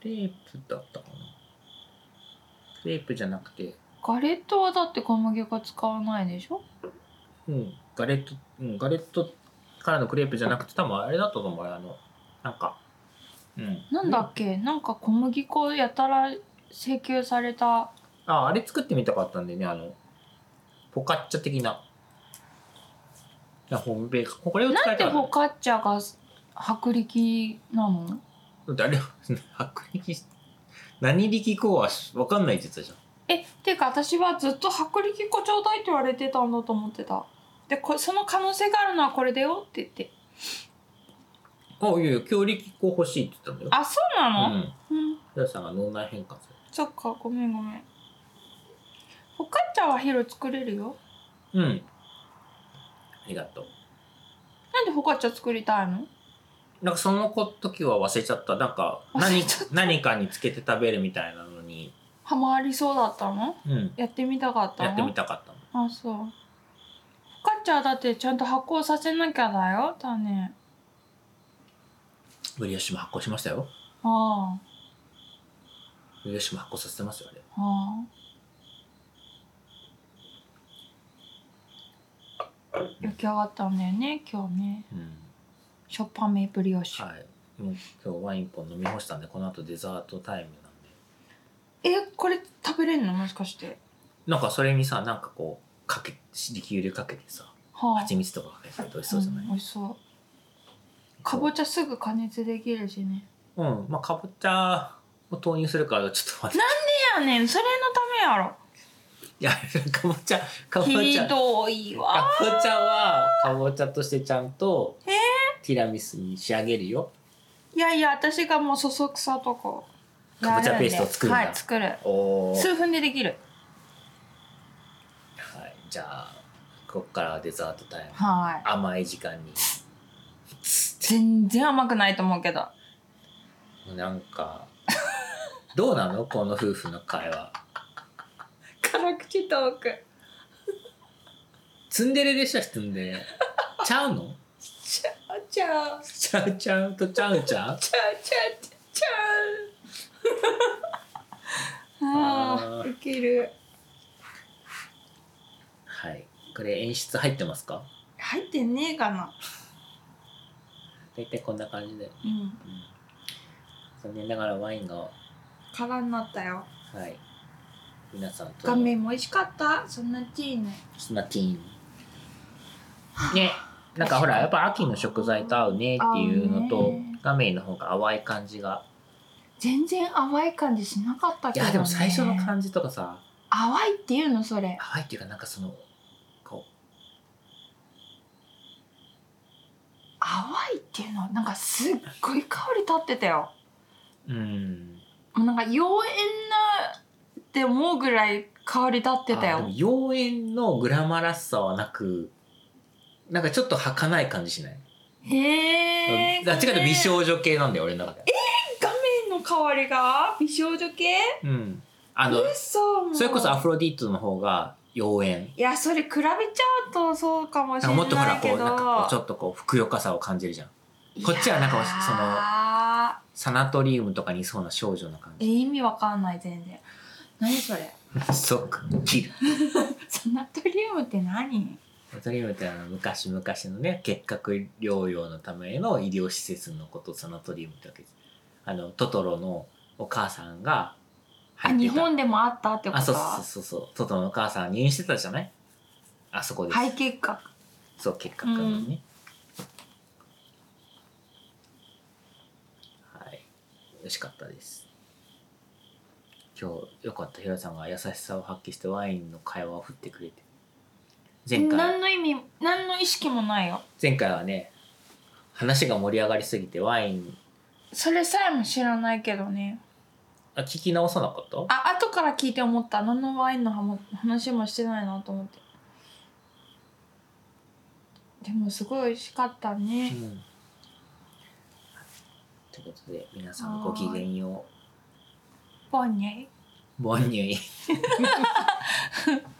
S1: クレープだったかなクレープじゃなくて
S2: ガレットはだって小麦粉使わないでしょ
S1: うんガレット、うん、ガレットからのクレープじゃなくて多分あれだったと思うよあのなんかうん
S2: なんだっけ、なんか小麦粉やたら請求された
S1: あ、あれ作ってみたかったんでね、あの、ポカッチャ的な。いやホームベーカー。これを使
S2: ないんで
S1: たい。
S2: フォカッチャが薄力なの
S1: だってあれ、 薄力し、何力こうはしわかんないって言ってたじゃん。
S2: えっていうか私はずっと薄力粉ちょうだいって言われてたんだと思ってたでこその可能性があるのはこれだよって言って
S1: あ、いやいや、強力こう欲しいって言ったんだよ。
S2: あそうなの
S1: うん。
S2: うん、
S1: ひらさんが脳内変換す
S2: そっかごめんごめんフォカッチャはヒロ作れるよ
S1: る。うん。ありがとう。
S2: なんでフォカッチャ作りたいの
S1: なんかその子時は忘れちゃった。なんか
S2: 忘
S1: 何
S2: れちゃっ、
S1: 何かにつけて食べるみたいなのに、
S2: ハマりそうだったの
S1: うん。
S2: やってみたかったの
S1: やってみたかったの。
S2: あそうフォカッチャはだってちゃんと発酵させなきゃだよ種
S1: ブリオッシュも発酵しましたよ。
S2: ああ
S1: ブリオッシュも発酵させてますよ、あれ。
S2: ああ焼き上がったんだよね今日ね
S1: うん。
S2: しょっぱめブリオッシュ、
S1: はい。もう今日ワイン一本飲み干したんで、この後デザートタイムなんで。
S2: えこれ食べれるのもしかして
S1: なんかそれにさ、なんかこう、かけ、リキュールかけてさ、
S2: はあ
S1: 蜂蜜とかかけてると美味しそうじゃない、
S2: ん美味しそうかぼちゃすぐ加熱できるしね
S1: うん、まあかぼちゃを投入するからちょっと待って。
S2: いやねんそれのためやろ
S1: いや、かぼちゃ、かぼ
S2: ひ
S1: ちゃ。か
S2: どいわ
S1: ぼちゃは、かぼちゃとしてちゃんと、ティラミスに仕上げるよ。
S2: いやいや私がもうそそくさとこう
S1: かぼちゃペーストを作るんだ
S2: はい作る
S1: おー。
S2: 数分でできる
S1: はい、じゃあ、こっからデザートタイム
S2: はい
S1: 甘い時間に
S2: 全然甘くないと思うけど
S1: もうなんかどうなのこの夫婦の会話
S2: 辛口トーク
S1: ツンデレでしたしツンデレちゃうの
S2: ちゃうちゃう
S1: ちゃうちゃうとちゃうちゃう
S2: ちゃうちゃうちゃうあ
S1: あ
S2: あウケる
S1: はいこれ演出入ってますか
S2: 入ってねえかな
S1: 大体こんな感じで、
S2: うん
S1: うん、残念ながらワインがは
S2: 空になったよ
S1: い皆さんと
S2: 画面も美味しかったそんなティーね
S1: スナティーンねなんかほらやっぱ秋の食材と合うねっていうの
S2: 合う
S1: と
S2: ね
S1: 画面の方が淡い感じが
S2: 全然淡い感じしなかった
S1: い
S2: けど、ね、
S1: やでも最初の感じとかさ
S2: 淡いっていうのそれ
S1: 淡いっていうかなんかそのこ
S2: 淡いっていうのなんかすっごい香り立ってたよ
S1: ううん
S2: もうなんか妖艶なって思うぐらい香り立って
S1: あ
S2: た
S1: でも
S2: よ
S1: 妖艶のグラマラスさはなくなんかちょっと儚い感じしない
S2: へえ
S1: あっちかというと美少女系なんだよ俺の中で
S2: 画面の香りが美少女系
S1: うんあの
S2: 嘘もう
S1: それこそアフロディートの方が妖
S2: いやそれ比べちゃうとそうかもし
S1: 艶
S2: れ
S1: なんかも
S2: な
S1: っとほら
S2: いけ
S1: こ
S2: ど
S1: うなんかこうちょっとこうふくよかさを感じるじゃんこっちはなんかその
S2: か
S1: サナトリウムとかにいそうな少女の感
S2: そのえ意味わかんない全然何それ
S1: じそうかキル
S2: サナトリウムって何
S1: サナトリウムってあの昔々のね結核療養のための医療施設のことをサナトリウムってわけですあのトトロのお母さんが
S2: あ
S1: 入って
S2: 日
S1: た
S2: 本でもあったってこと
S1: あそうそうそうそうトトロのお母さん入院してたじゃないあそこです、
S2: 肺結核
S1: そう結核のね、はい美味しかったです今日よかったひろさんが優しさを発揮してワインの会話を振ってくれて前回
S2: 何の意味何の意識もないよ
S1: 前回はね話が盛り上がりすぎてワイン
S2: それさえも知らないけどね
S1: あ聞き直さなかった
S2: あ後から聞いて思った何のワインの話も話もしてないなと思ってでもすごい美味しかった
S1: う
S2: ね、
S1: んということで皆さんごきげんよう
S2: ボンニェイ
S1: ボンニュイ